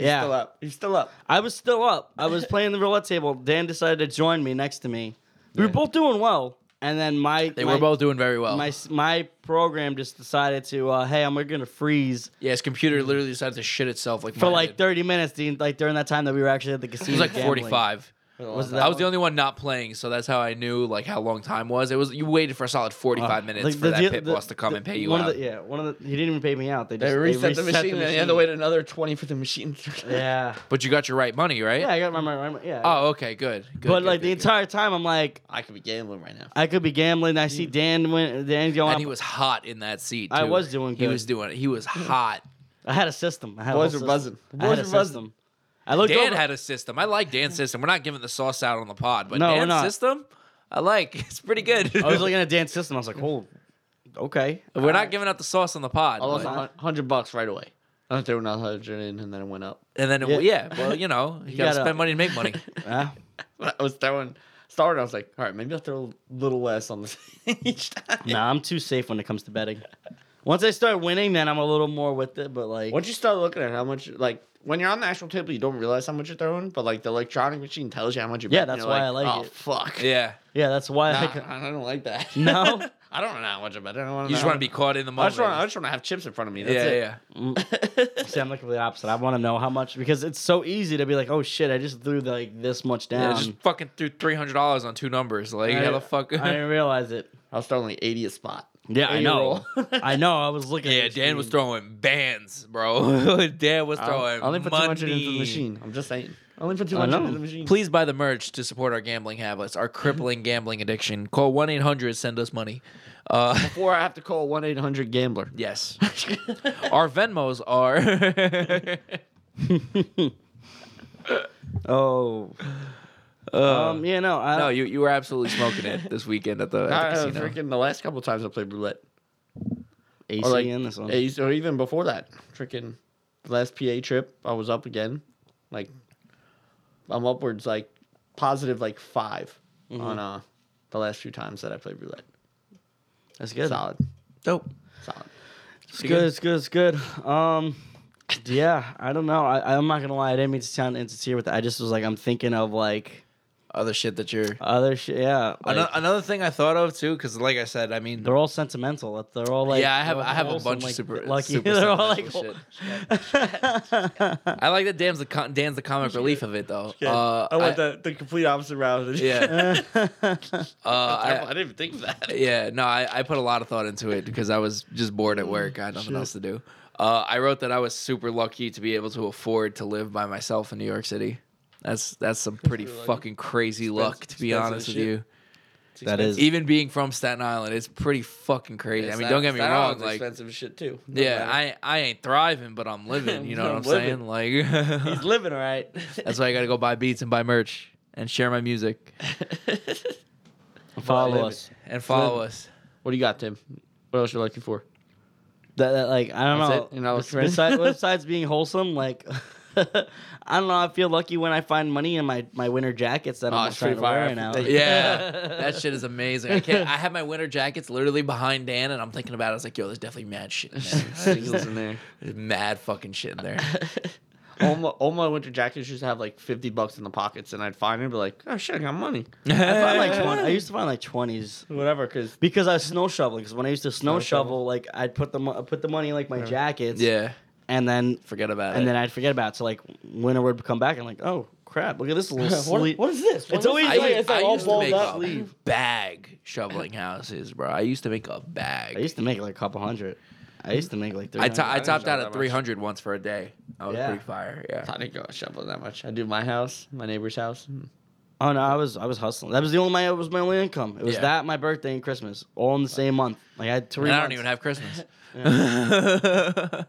A: Yeah,
B: still up. He's still up.
A: I was still up. I was playing the roulette table. Dan decided to join me next to me. We were both doing well, and then my
C: they
A: my,
C: were both doing very well
A: my my program just decided to uh, hey, I'm gonna freeze
C: yeah his computer literally decided to shit itself like
A: Mm-hmm. for
C: mine
A: like 30
C: did.
A: minutes. the- Like during that time that we were actually at the casino.
C: it was like
A: gambling.
C: 45
A: Was Oh. it that
C: I was
A: long?
C: the only one not playing, so that's how I knew like how long time was. It was you waited for a solid forty five minutes
A: Uh, Like,
C: for
A: the
C: that
A: deal-
C: pit
A: the-
C: boss to come
A: the-
C: and pay you
A: one
C: out.
A: Of the, yeah, one of the he didn't even pay me out. They just
B: They reset, the
A: reset
B: machine, and you had to wait another twenty for the machine.
A: Yeah,
C: but you got your right money, right?
A: yeah, I got my, my, my yeah.
C: Oh, okay, good. good
A: but
C: good,
A: like the
C: good,
A: entire time, I'm like,
B: I could be gambling right now.
A: I could be gambling. I see Dan went, Dan
C: good.
A: going.
C: Mm. and he
A: up.
C: was hot in that seat. Too.
A: I was doing
C: He was
A: good.
C: doing. He was hot.
A: I had a system. I had
B: Boys
A: a whole system.
B: were buzzing.
A: I had
B: Boys
A: a
B: were buzzing.
A: system. I looked
C: Dan
A: over.
C: had a system. I like Dan's system. We're not giving the sauce out on the pod, but
A: No, we're
C: Dan's
A: not.
C: system, I like. It's pretty good.
A: I was looking at Dan's system. I was like, oh, okay.
C: we're not giving out the sauce on the pod.
B: I lost
C: but-
B: a hundred bucks right away. I threw another hundred in, and then it went up.
C: and then it,
A: Yeah.
C: yeah. well, you know, you, gotta,
A: gotta-
C: spend money to make money.
A: Yeah.
B: When I was throwing, started. I was like, all right, maybe I'll throw a little less on this each time.
A: nah, I'm too safe when it comes to betting. Once I start winning, then I'm a little more with it. But like,
B: Once you start looking at how much, like when you're on the actual table, you don't realize how much you're throwing, but like the electronic machine tells you how much you.
A: Yeah,
B: bet, and
A: that's
B: you're
A: why I like
B: oh,
A: it."
B: fuck.
C: yeah.
A: yeah, that's why.
B: Nah,
A: I,
B: I don't like that.
A: No?
B: I don't know how much about it. I don't wanna
C: You just
B: know.
C: want to be caught in the
B: I
C: moment.
B: just want. I just want to have chips in front of me. That's
C: yeah,
B: it.
C: yeah.
A: See, I'm the complete opposite. I want to know how much because it's so easy to be like, oh shit, I just threw like this much
C: yeah.
A: down.
C: just fucking threw three hundred dollars on two numbers. Like
A: I-
C: how the fuck?
A: I didn't realize it.
B: I was only 80th spot.
A: Yeah, I know. I know. I was looking.
C: yeah,
A: at the
C: Dan was
A: screen.
C: throwing bands, bro. Dan was throwing.
B: I only put
C: money.
B: too much into the machine. I'm just saying. I only put too
A: I
B: much
A: know.
B: into the machine.
C: Please buy the merch to support our gambling habits, our crippling gambling addiction. Call one eight hundred. Send us money. Uh,
B: Before I have to call 1 800 Gambler.
C: yes. our Venmos are.
A: Oh. um. Yeah. No. I,
C: Uh, no, you you were absolutely smoking it this weekend at the, at the
B: I, uh,
C: casino.
B: freaking the last couple times I played roulette.
A: AC
B: Or like,
A: in this one.
B: Ace- or even before that. Freaking the last PA trip, I was up again. Like, I'm upwards like positive like 5
C: Mm-hmm.
B: on uh the last few times that I played roulette.
A: That's good.
B: Solid.
C: Dope.
B: Solid.
A: It's good. It's good. It's good. Um. Yeah. I don't know. I, I'm not gonna lie. I didn't mean to sound insincere with that. I just was like, I'm thinking of like
C: Other shit that you're.
A: other shit. Yeah. Like,
C: Ano- another thing I thought of too, because like I said, I mean,
A: they're all sentimental. They're all like.
C: yeah, I have
A: they're all
C: I have a
A: wholesome,
C: bunch
A: like,
C: of super
A: lucky.
C: super
A: they're all like.
C: sentimental shit. I like that Dan's the con- Dan's the comic relief of it though. Uh,
B: I went the, the complete opposite route.
C: Yeah, uh,
B: I,
C: I,
B: didn't even think of that.
C: yeah. No, I, I put a lot of thought into it because I was just bored at work. I had nothing else to do. Uh, I wrote that I was super lucky to be able to afford to live by myself in New York City. That's that's some pretty fucking crazy luck, to be
B: expensive as
C: honest with
B: shit.
C: you.
A: that is.
C: Even being from Staten Island, it's pretty fucking crazy. I mean, don't get me wrong. Like,
B: expensive shit too.
C: Yeah, I, I ain't thriving, but I'm living. You know what I'm
B: I'm living.
C: saying? Like,
B: he's living all right.
C: that's why I got to go buy beats and buy merch and share my music
A: Follow us.
C: and follow us.
B: what do you got, Tim? What else you looking for?
A: That, that, like I don't
B: That's
A: know.
B: it? You're not looking for
A: besides,
B: anything?
A: besides being wholesome, like I don't know. I feel lucky when I find money in my my winter jackets that
B: Oh,
A: I'm
B: it's
A: just trying
B: pretty
A: to wear
B: fire.
A: right now.
B: Thank you.
C: Yeah, that shit is amazing. I can't. I have my winter jackets literally behind Dan, and I'm thinking about. it. I was like, yo, there's definitely mad shit. In there.
B: Singles in there.
C: There's mad fucking shit in there.
B: All my, all my winter jackets used to have like fifty bucks in the pockets, and I'd find it and be like, "Oh shit, I got money."
A: I, find like 20, I used to find like twenties
B: Whatever, because
A: because I was snow shoveling. Because when I used to snow,
B: Snow
A: shovel,
B: shovel.
A: like I'd put the mo- put the money in like my jackets,
C: yeah,
A: and then
C: forget about it.
A: and then I'd forget about it. So like winter would come back, and like oh crap, look at this little sleeve.
B: what is this?
A: It's always
C: I,
A: like,
C: used-
A: it's like
C: I
A: all
C: used to
A: balled
C: make
A: up.
C: a bag shoveling houses, bro. I used to make a bag.
A: I used to make like a couple hundred. I used to make like three.
C: I, to- I
B: didn't
C: topped
B: shop
C: out
B: that
C: at
B: much.
C: 300 once for a day. I was
A: Yeah.
C: pretty fire. Yeah.
B: I didn't go shovel that much. I do my house, my neighbor's house. Hmm.
A: Oh no, I was I was hustling. That was the only my it was my only income. It was
C: Yeah.
A: that my birthday and Christmas all in the same month. Like I had three.
C: And I
A: months.
C: don't even have Christmas.
B: I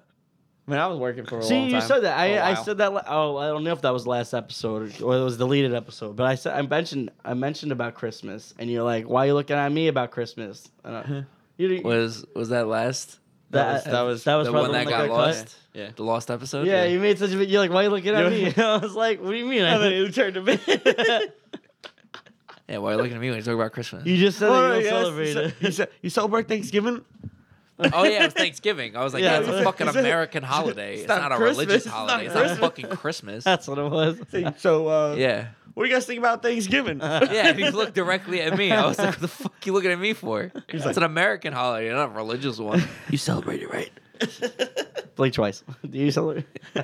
B: mean, I was working for a
A: See,
B: long
A: you
B: time.
A: said that.
B: for
A: I,
B: a
A: I
B: while.
A: said that. la- Oh, I don't know if that was last episode or, or it was deleted episode. But I said I mentioned I mentioned about Christmas, and you're like, "Why are you looking at me about Christmas?" And I, you, you-
C: was was that last?
A: that,
B: was- that was
C: the one that
A: when
C: got
A: cut.
C: lost?
B: Yeah.
C: The lost episode?
A: Yeah, you made such a big. You're like, "Why are you looking at
B: Yeah.
A: me?" I was like, "What do you mean?" I
B: And then it turned to me.
C: Yeah, why are you looking at me when you talk about Christmas?
A: you just said
B: Oh,
A: that you
B: yes,
A: don't
B: you
A: celebrate
B: ce-
A: it.
B: You, ce- you celebrate Thanksgiving?
C: oh, yeah, it was Thanksgiving. I was like,
A: Yeah,
C: yeah, it's
A: you
C: a
A: said-
C: fucking
B: you said-
C: American holiday. It's,
B: not
C: not, a
B: Christmas,
C: religious
B: it's not
C: holiday. It's
B: Christmas.
C: not fucking Christmas.
A: That's what it was.
B: So, uh,
C: yeah.
B: what do you guys think about Thanksgiving?
C: Yeah, if you look directly at me, I was like, what the fuck you looking at me for? It's
B: like-
C: an American holiday, not a religious one. You celebrate it, right?
A: Blink twice. Do you celebrate?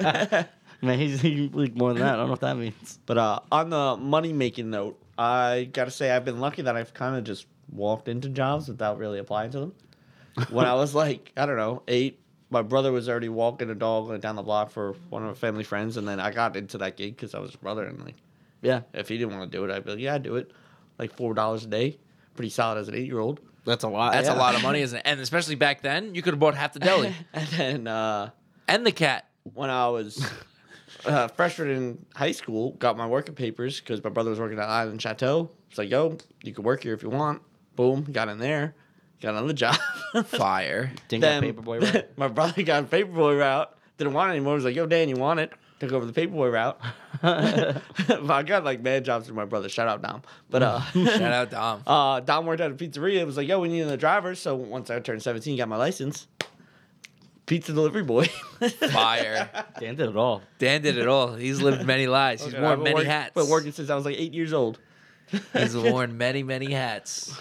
A: Man, he's he blinked more than that. I don't know what that means.
B: But uh, on the money making note, I gotta say I've been lucky that I've kind of just walked into jobs without really applying to them. When I was like, I don't know, eight, my brother was already walking a dog down the block for one of our family friends, and then I got into that gig because I was his brother, and like,
A: Yeah,
B: if he didn't want to do it, I'd be like, yeah, I do it, like four dollars a day, pretty solid as an eight year old.
A: that's a lot.
C: That's
A: yeah.
C: a lot of money, isn't it? And especially back then, you could have bought half the deli
B: and then uh,
C: and the cat.
B: when I was uh, freshman in high school, got my working papers because my brother was working at Island Chateau. It's like, yo, you can work here if you want. Boom, got in there, got another job.
C: Fire.
A: Didn't
B: then
A: get paperboy right.
B: my brother got a paperboy route. Didn't want it anymore. Was like, yo, Dan, you want it? Took over the paperboy route. but I got like mad jobs through my brother. Shout out Dom. But uh,
C: Shout out um, Dom.
B: uh, Dom worked at a pizzeria. It was like, yo, we need another driver. So once I turned seventeen, got my license. Pizza delivery boy.
C: Fire.
A: Dan did it all.
C: Dan did it all. He's lived many lives. He's
B: Okay, I've
C: worn
B: been
C: many
B: work-
C: hats.
B: Been working since I was like eight years old.
C: He's worn many, many hats.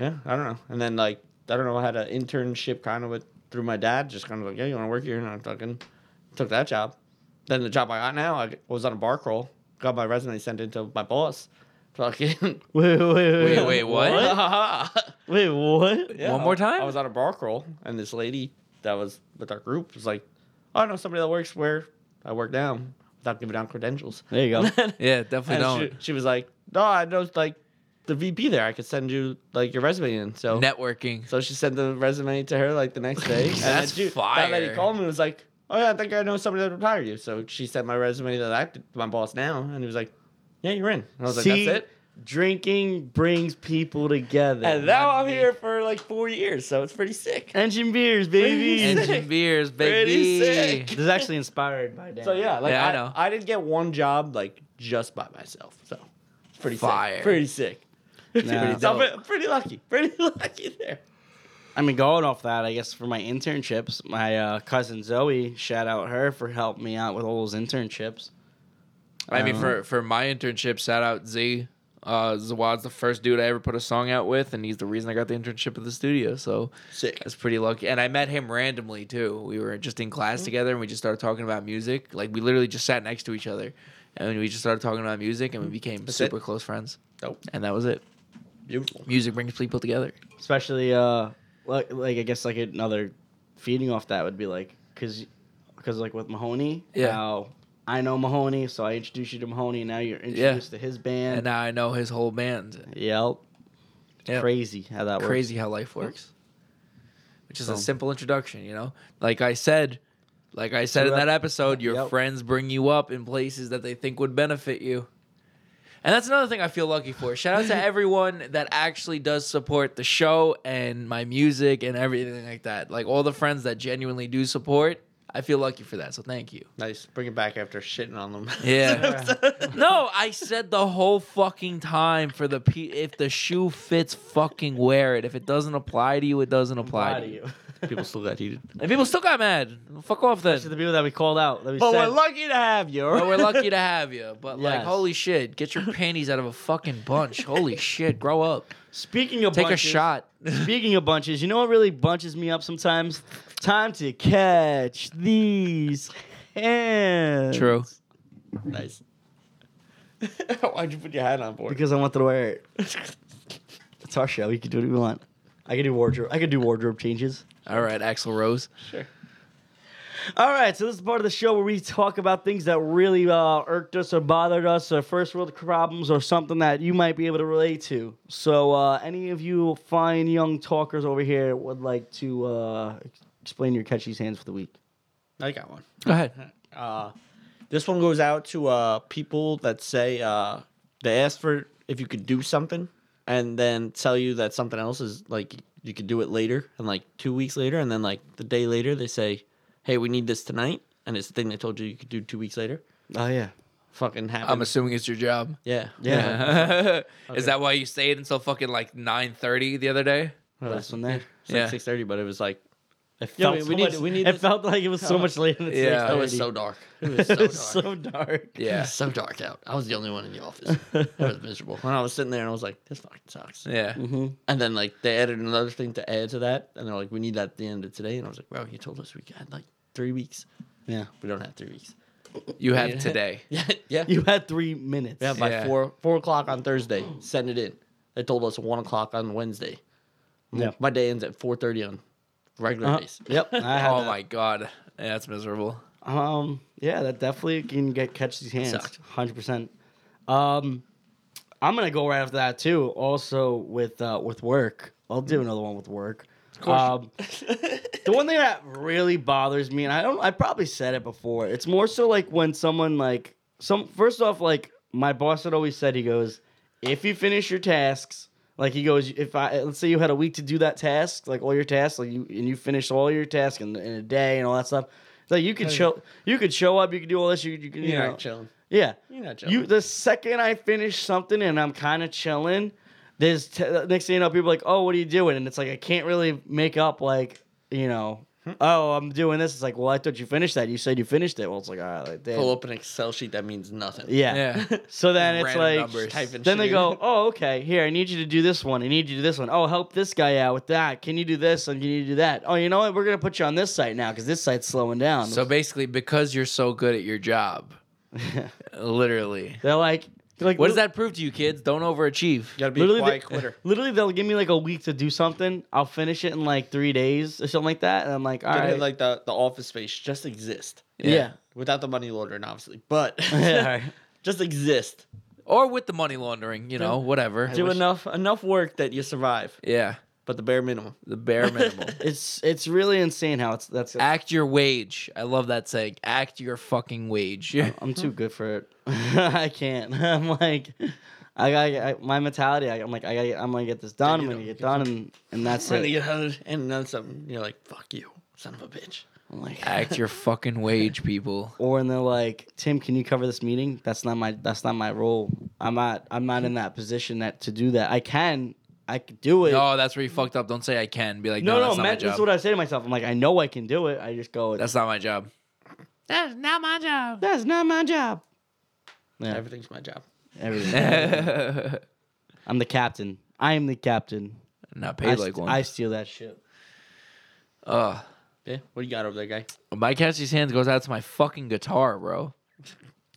B: Yeah, I don't know. And then like I don't know, I had an internship kind of with through my dad, just kind of like, yeah, you want to work here? And I fucking took that job. Then the job I got now, I was on a bar crawl, got my resume sent into my boss. Fucking
A: Wait, wait, wait.
C: Wait, wait, what?
A: Wait, what?
B: Yeah,
C: One
B: I-
C: more time?
B: I was on a bar crawl, and this lady that was with our group was like, oh, I know somebody that works where I work now without giving out credentials.
A: There you go.
C: Yeah, definitely
B: And
C: don't.
B: she, she was like, no, I know like the VP there. I could send you like your resume in. So
C: Networking.
B: So she sent the resume to her like the next day. and
C: That's
B: that dude-
C: fire.
B: That lady called me and was like, "Oh yeah, I think I know somebody that would hire you." So she sent my resume to that to my boss now, and he was like, "Yeah, you're in." And I was
A: See,
B: like, "That's it."
A: drinking brings people together.
B: And now I'm here for like four years, so it's pretty sick.
A: Engine beers, baby.
B: Pretty sick.
C: Engine beers,
B: Pretty
C: baby.
A: This
B: sick.
A: is actually inspired by Dan.
B: So yeah, like
C: Yeah, I
B: I, I
C: know.
B: didn't get one job like just by myself, so it's pretty
C: Fire.
B: sick. Pretty sick.
A: Nah.
B: So I'm pre- pretty lucky. Pretty lucky there.
A: I mean, going off that, I guess for my internships, my uh, cousin Zoe, shout out her for helping me out with all those internships.
C: I
B: Um,
C: mean, for for my internship, shout out Z. Uh, Zawad's the first dude I ever put a song out with, and he's the reason I got the internship at the studio. So
B: Sick.
C: that's pretty lucky. And I met him randomly too. We were just in class
B: Hmm.
C: together, and we just started talking about music. Like we literally just sat next to each other, and we just started talking about music, and we became
B: Hmm. That's
C: super
B: it.
C: close friends.
B: Dope.
C: And that was it.
B: Beautiful.
C: Music brings people together.
A: especially uh like, like i guess like another feeding off that would be like because because like with mahoney
C: Yeah.
A: how i know mahoney so i introduced you to mahoney and now you're introduced to his
C: And
A: band
C: now I know his whole band.
A: yep
C: Yep.
A: crazy how that works
C: crazy how life works. Which is a
A: So-
C: simple introduction, you know. Like I said, like I said in that episode, your
A: Yep.
C: friends bring you up in places that they think would benefit you. And that's another thing I feel lucky for. Shout out to everyone that actually does support the show and my music and everything like that. Like all the friends that genuinely do support, I feel lucky for that. So thank you.
B: Nice. Bring it back after shitting on them.
C: Yeah. no, I said the whole fucking time for the pe- if the shoe fits, fucking wear it. If it doesn't apply to you, it doesn't apply,
A: Proud
C: to
A: of
C: you.
A: you
B: People still got heated.
C: And people still got mad. Fuck off then.
A: to the people that we called out that we
B: But
A: said,
B: we're lucky to have you.
C: But we're lucky to have you. But like,
A: Yes.
C: holy shit, get your panties out of a fucking bunch. Holy shit, grow up.
A: speaking of
C: Take
A: bunches,
C: a shot.
A: speaking of bunches you know what really bunches me up sometimes time to catch these hands
C: True.
B: Nice. Why'd you put your hat on board?
A: because i wanted to wear it It's our show. We can do what we want. I can do wardrobe. I can do wardrobe changes.
C: All right, Axel Rose.
B: sure.
A: All right, so this is part of the show where we talk about things that really uh, irked us or bothered us, or first world problems, or something that you might be able to relate to. So, uh, any of you fine young talkers over here would like to uh, explain your catch these hands for the week?
B: I got one.
C: Go ahead.
B: Uh, this one goes out to uh, people that say uh, they ask for if you could do something and then tell you that something else is like you could do it later and like two weeks later and then like the day later they say, hey, we need this tonight. And it's the thing they told you you could do two weeks later.
A: Oh yeah,
B: Fucking happen.
C: I'm assuming it's your job.
B: yeah.
A: yeah.
C: Is that why you stayed until fucking like 9:30 the other day?
A: Last one there.
B: It's like
C: Yeah.
B: 6.30, but it was like, it
A: Yo,
B: felt so much- we need
A: it
B: this-
A: felt like it was so much later. Than
C: Yeah.
B: It
A: it
B: was so dark. It was so
A: It
B: dark.
A: was so dark.
B: It
C: Yeah.
B: was so dark out. I was the only one in the office. I was miserable. When I was sitting there and I was like, this fucking sucks.
C: Yeah.
A: Mm-hmm.
B: And then like they added another thing to add to that. And they're like, we need that at the end of today. And I was like, bro, you told us we had like three weeks.
A: Yeah.
B: We don't have three weeks.
C: You have today.
B: Yeah. Yeah.
A: You had three minutes.
B: we have by
C: Yeah.
B: four four o'clock on Thursday. Send it in. They told us one o'clock on Wednesday.
A: Yeah. Uh-huh.
B: My day ends at four thirty on regular days.
A: Yep. I had
C: Oh
A: that.
C: my god. Yeah, that's miserable.
A: Um, yeah, that definitely can get catch these hands.
B: Sucked.
A: Hundred percent. Um, I'm gonna go right after that too. Also with uh, with work, I'll do another one with work. Um, the one thing that really bothers me, and I don't, I probably said it before. It's more so like when someone like some. First off, like my boss had always said, he goes, if you finish your tasks, like he goes, if I let's say you had a week to do that task, like all your tasks, like you and you finish all your tasks in, in a day and all that stuff. it's Like you could show, you could show up, you could do all this, you, you can, you
B: You're
A: know,
B: not chilling.
A: yeah.
B: You're not
A: You
B: chilling.
A: the second I finish something and I'm kind of chilling, there's t- next thing you know, people are like, "Oh, what are you doing?" And it's like I can't really make up like you know
B: Hmm.
A: oh, I'm doing this. It's like, well, I thought you finished that. You said you finished it. Well, it's like, all right, like, damn.
B: Pull up an Excel sheet that means nothing.
A: Yeah.
C: Yeah.
A: So then it's
C: Random
A: like,
C: numbers.
B: Type in
A: then they
B: shit.
A: go, oh, okay, here, I need you to do this one. I need you to do this one. Oh, help this guy out with that. Can you do this? And can you do that? Oh, you know what? We're going to put you on this site now because this site's slowing down.
C: So basically, because you're so good at your job, literally.
A: they're like, they're like
C: What does
A: "Li-
C: that prove to you, kids? Don't overachieve.
B: You gotta be a
A: Literally,
B: quiet
A: they-
B: quitter.
A: Literally, they'll give me like a week to do something. I'll finish it in like three days or something like that. And I'm like, all
B: Don't hit,
A: right.
B: Like the, the office space just exist.
A: yeah.
B: Without the money laundering, obviously. But
A: Yeah, right.
B: just exist.
C: Or with the money laundering, you know, whatever.
B: Do
C: I wish-
B: enough enough work that you survive.
C: Yeah,
B: But the bare minimum.
C: the bare minimum.
A: It's it's really insane how it's that's.
C: Act your wage. I love that saying. Act your fucking wage.
A: I'm too good for it. I can't. I'm like, I got to my mentality. I, I'm like, I gotta, I'm gonna get this done. I'm
B: you
A: gonna
B: know,
A: get
B: get
A: done, and, and that's
B: Trying to
A: it.
B: get out of- and then something. You're like, fuck you, son of a bitch.
A: I'm like,
C: Act your fucking wage, people.
A: or and they're like, Tim, can you cover this meeting? That's not my that's not my role. I'm not I'm not in that position that to do that. I can I could do it. No,
C: No, that's where you fucked up. Don't say I can. Be like, no,
A: no,
C: that's not
A: man,
C: my
A: this
C: job.
A: is what I say to myself. I'm like, I know I can do it. I just go, that's,
C: that's not my job. That's not my job.
A: not my job. Yeah,
B: Everything's my job.
A: everything.
C: Not
A: I'm the captain. I am the captain.
C: paid
A: I,
C: like
A: st-
C: one.
A: I steal that shit.
C: Ugh.
B: Yeah. What do you got over there, guy?
C: my Cassie's hands goes out to my fucking guitar, bro.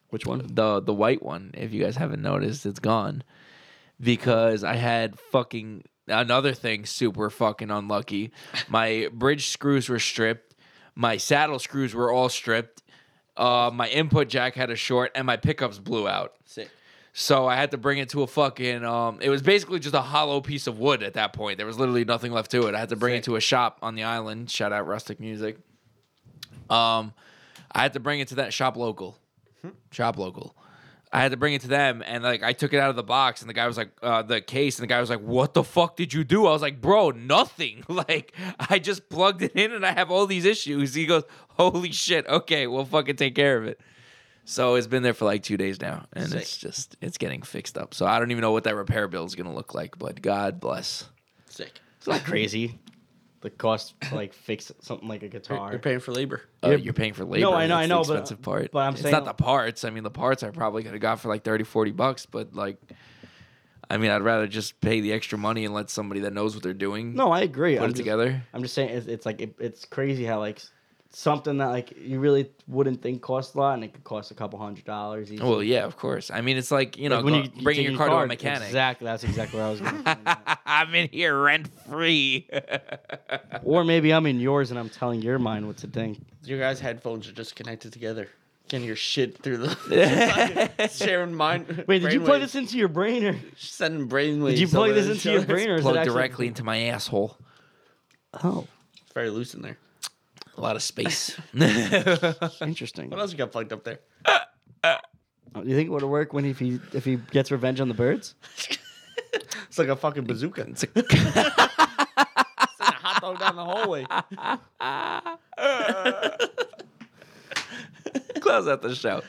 A: Which one?
C: The the white one. If you guys haven't noticed, it's gone because I had fucking another thing super fucking unlucky. My bridge screws were stripped. My saddle screws were all stripped. Uh, my input jack had a short, and my pickups blew out.
B: Sick.
C: So I had to bring it to a fucking. Um, it was basically just a hollow piece of wood at that point. There was literally nothing left to it. I had to bring it to a shop on the island. Shout out Rustic Music. Um, I had to bring it to that shop local. Shop local. I had to bring it to them, and like I took it out of the box, and the guy was like, uh, the case, and the guy was like, "What the fuck did you do?" I was like, "Bro, nothing. like I just plugged it in, and I have all these issues." He goes, "Holy shit. Okay, we'll fucking take care of it." So it's been there for like two days now, and it's just it's getting fixed up. So I don't even know what that repair bill is gonna look like, but God bless.
B: Sick.
A: It's not crazy. The cost to like fix something like a guitar.
B: You're paying for labor.
C: Uh, you're paying for labor.
A: No, I know, I
C: that's the
A: know, but-
C: expensive part.
A: but I'm
C: it's
A: saying-
C: not the parts. I mean, the parts I probably could have got for like 30, 40 bucks, but like, I mean, I'd rather just pay the extra money and let somebody that knows what they're doing
A: No, I agree.
C: put
A: I'm
C: it
A: just-
C: together.
A: I'm just saying it's, it's like it, it's crazy how like s- something that like you really wouldn't think costs a lot and it could cost a couple hundred dollars. easy.
C: Well, yeah, of course. I mean, it's like you know,
A: Like,
C: go- bringing
A: take
C: your car, to a mechanic.
A: Exactly, that's exactly where I was going.
C: I'm in here rent free.
A: or maybe I'm in yours and I'm telling your mind what to think.
B: Your guys' headphones are just connected together. Can hear shit through the sharing mind.
A: Wait, did you play
B: brainwaves.
A: this into your brain or
B: Sending brainwaves.
A: did you play
B: over
A: this
B: each
A: into your
B: other.
A: brain or is it
C: Plug
A: actually-
C: directly into my asshole.
A: Oh,
B: It's very loose in there.
C: A lot of space.
A: interesting.
B: What else you got plugged up there?
A: Oh, you think it would work when if he if he gets revenge on the birds?
B: It's like a fucking bazooka. It's a hot dog down the hallway.
C: Close out the show.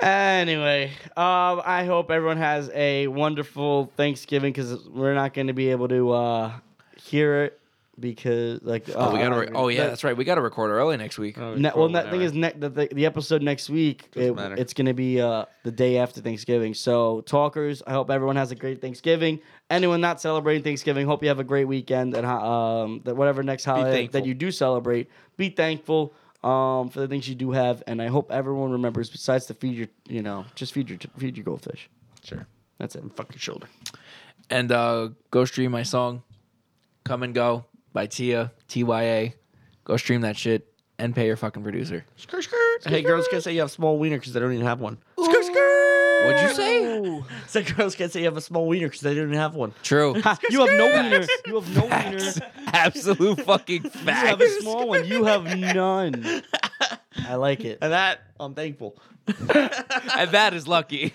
A: Anyway, um, I hope everyone has a wonderful Thanksgiving because we're not going to be able to uh, hear it because like uh,
C: Oh, we gotta. Re- oh yeah, that's right. We gotta record early next week.
A: Ne- well, that thing is ne- the, the the episode next week.
B: Doesn't
A: it-
B: matter.
A: it's going to be uh, the day after Thanksgiving. So, talkers, I hope everyone has a great Thanksgiving. Anyone not celebrating Thanksgiving, hope you have a great weekend and ho- um, that whatever next holiday
B: thankful.
A: that you do celebrate, be thankful um, for the things you do have. And I hope everyone remembers, besides to feed your, you know, just feed your feed your goldfish.
B: Sure.
A: That's it.
B: Fuck your shoulder.
C: And uh, go stream my song, "Come and Go" by Tia Tya. Go stream that shit and pay your fucking producer.
B: Skirt, skirt. Hey, girls can't say you have small wiener because they don't even have one.
C: What'd you say?
B: So girls can't say you have a small wiener because they don't even have one.
C: True.
A: Ha, you have no wiener. You have no wiener.
C: Facts. Absolute fucking
A: You have a
C: facts.
A: small one. You have none. I like it.
B: And that, I'm thankful.
C: and that is lucky.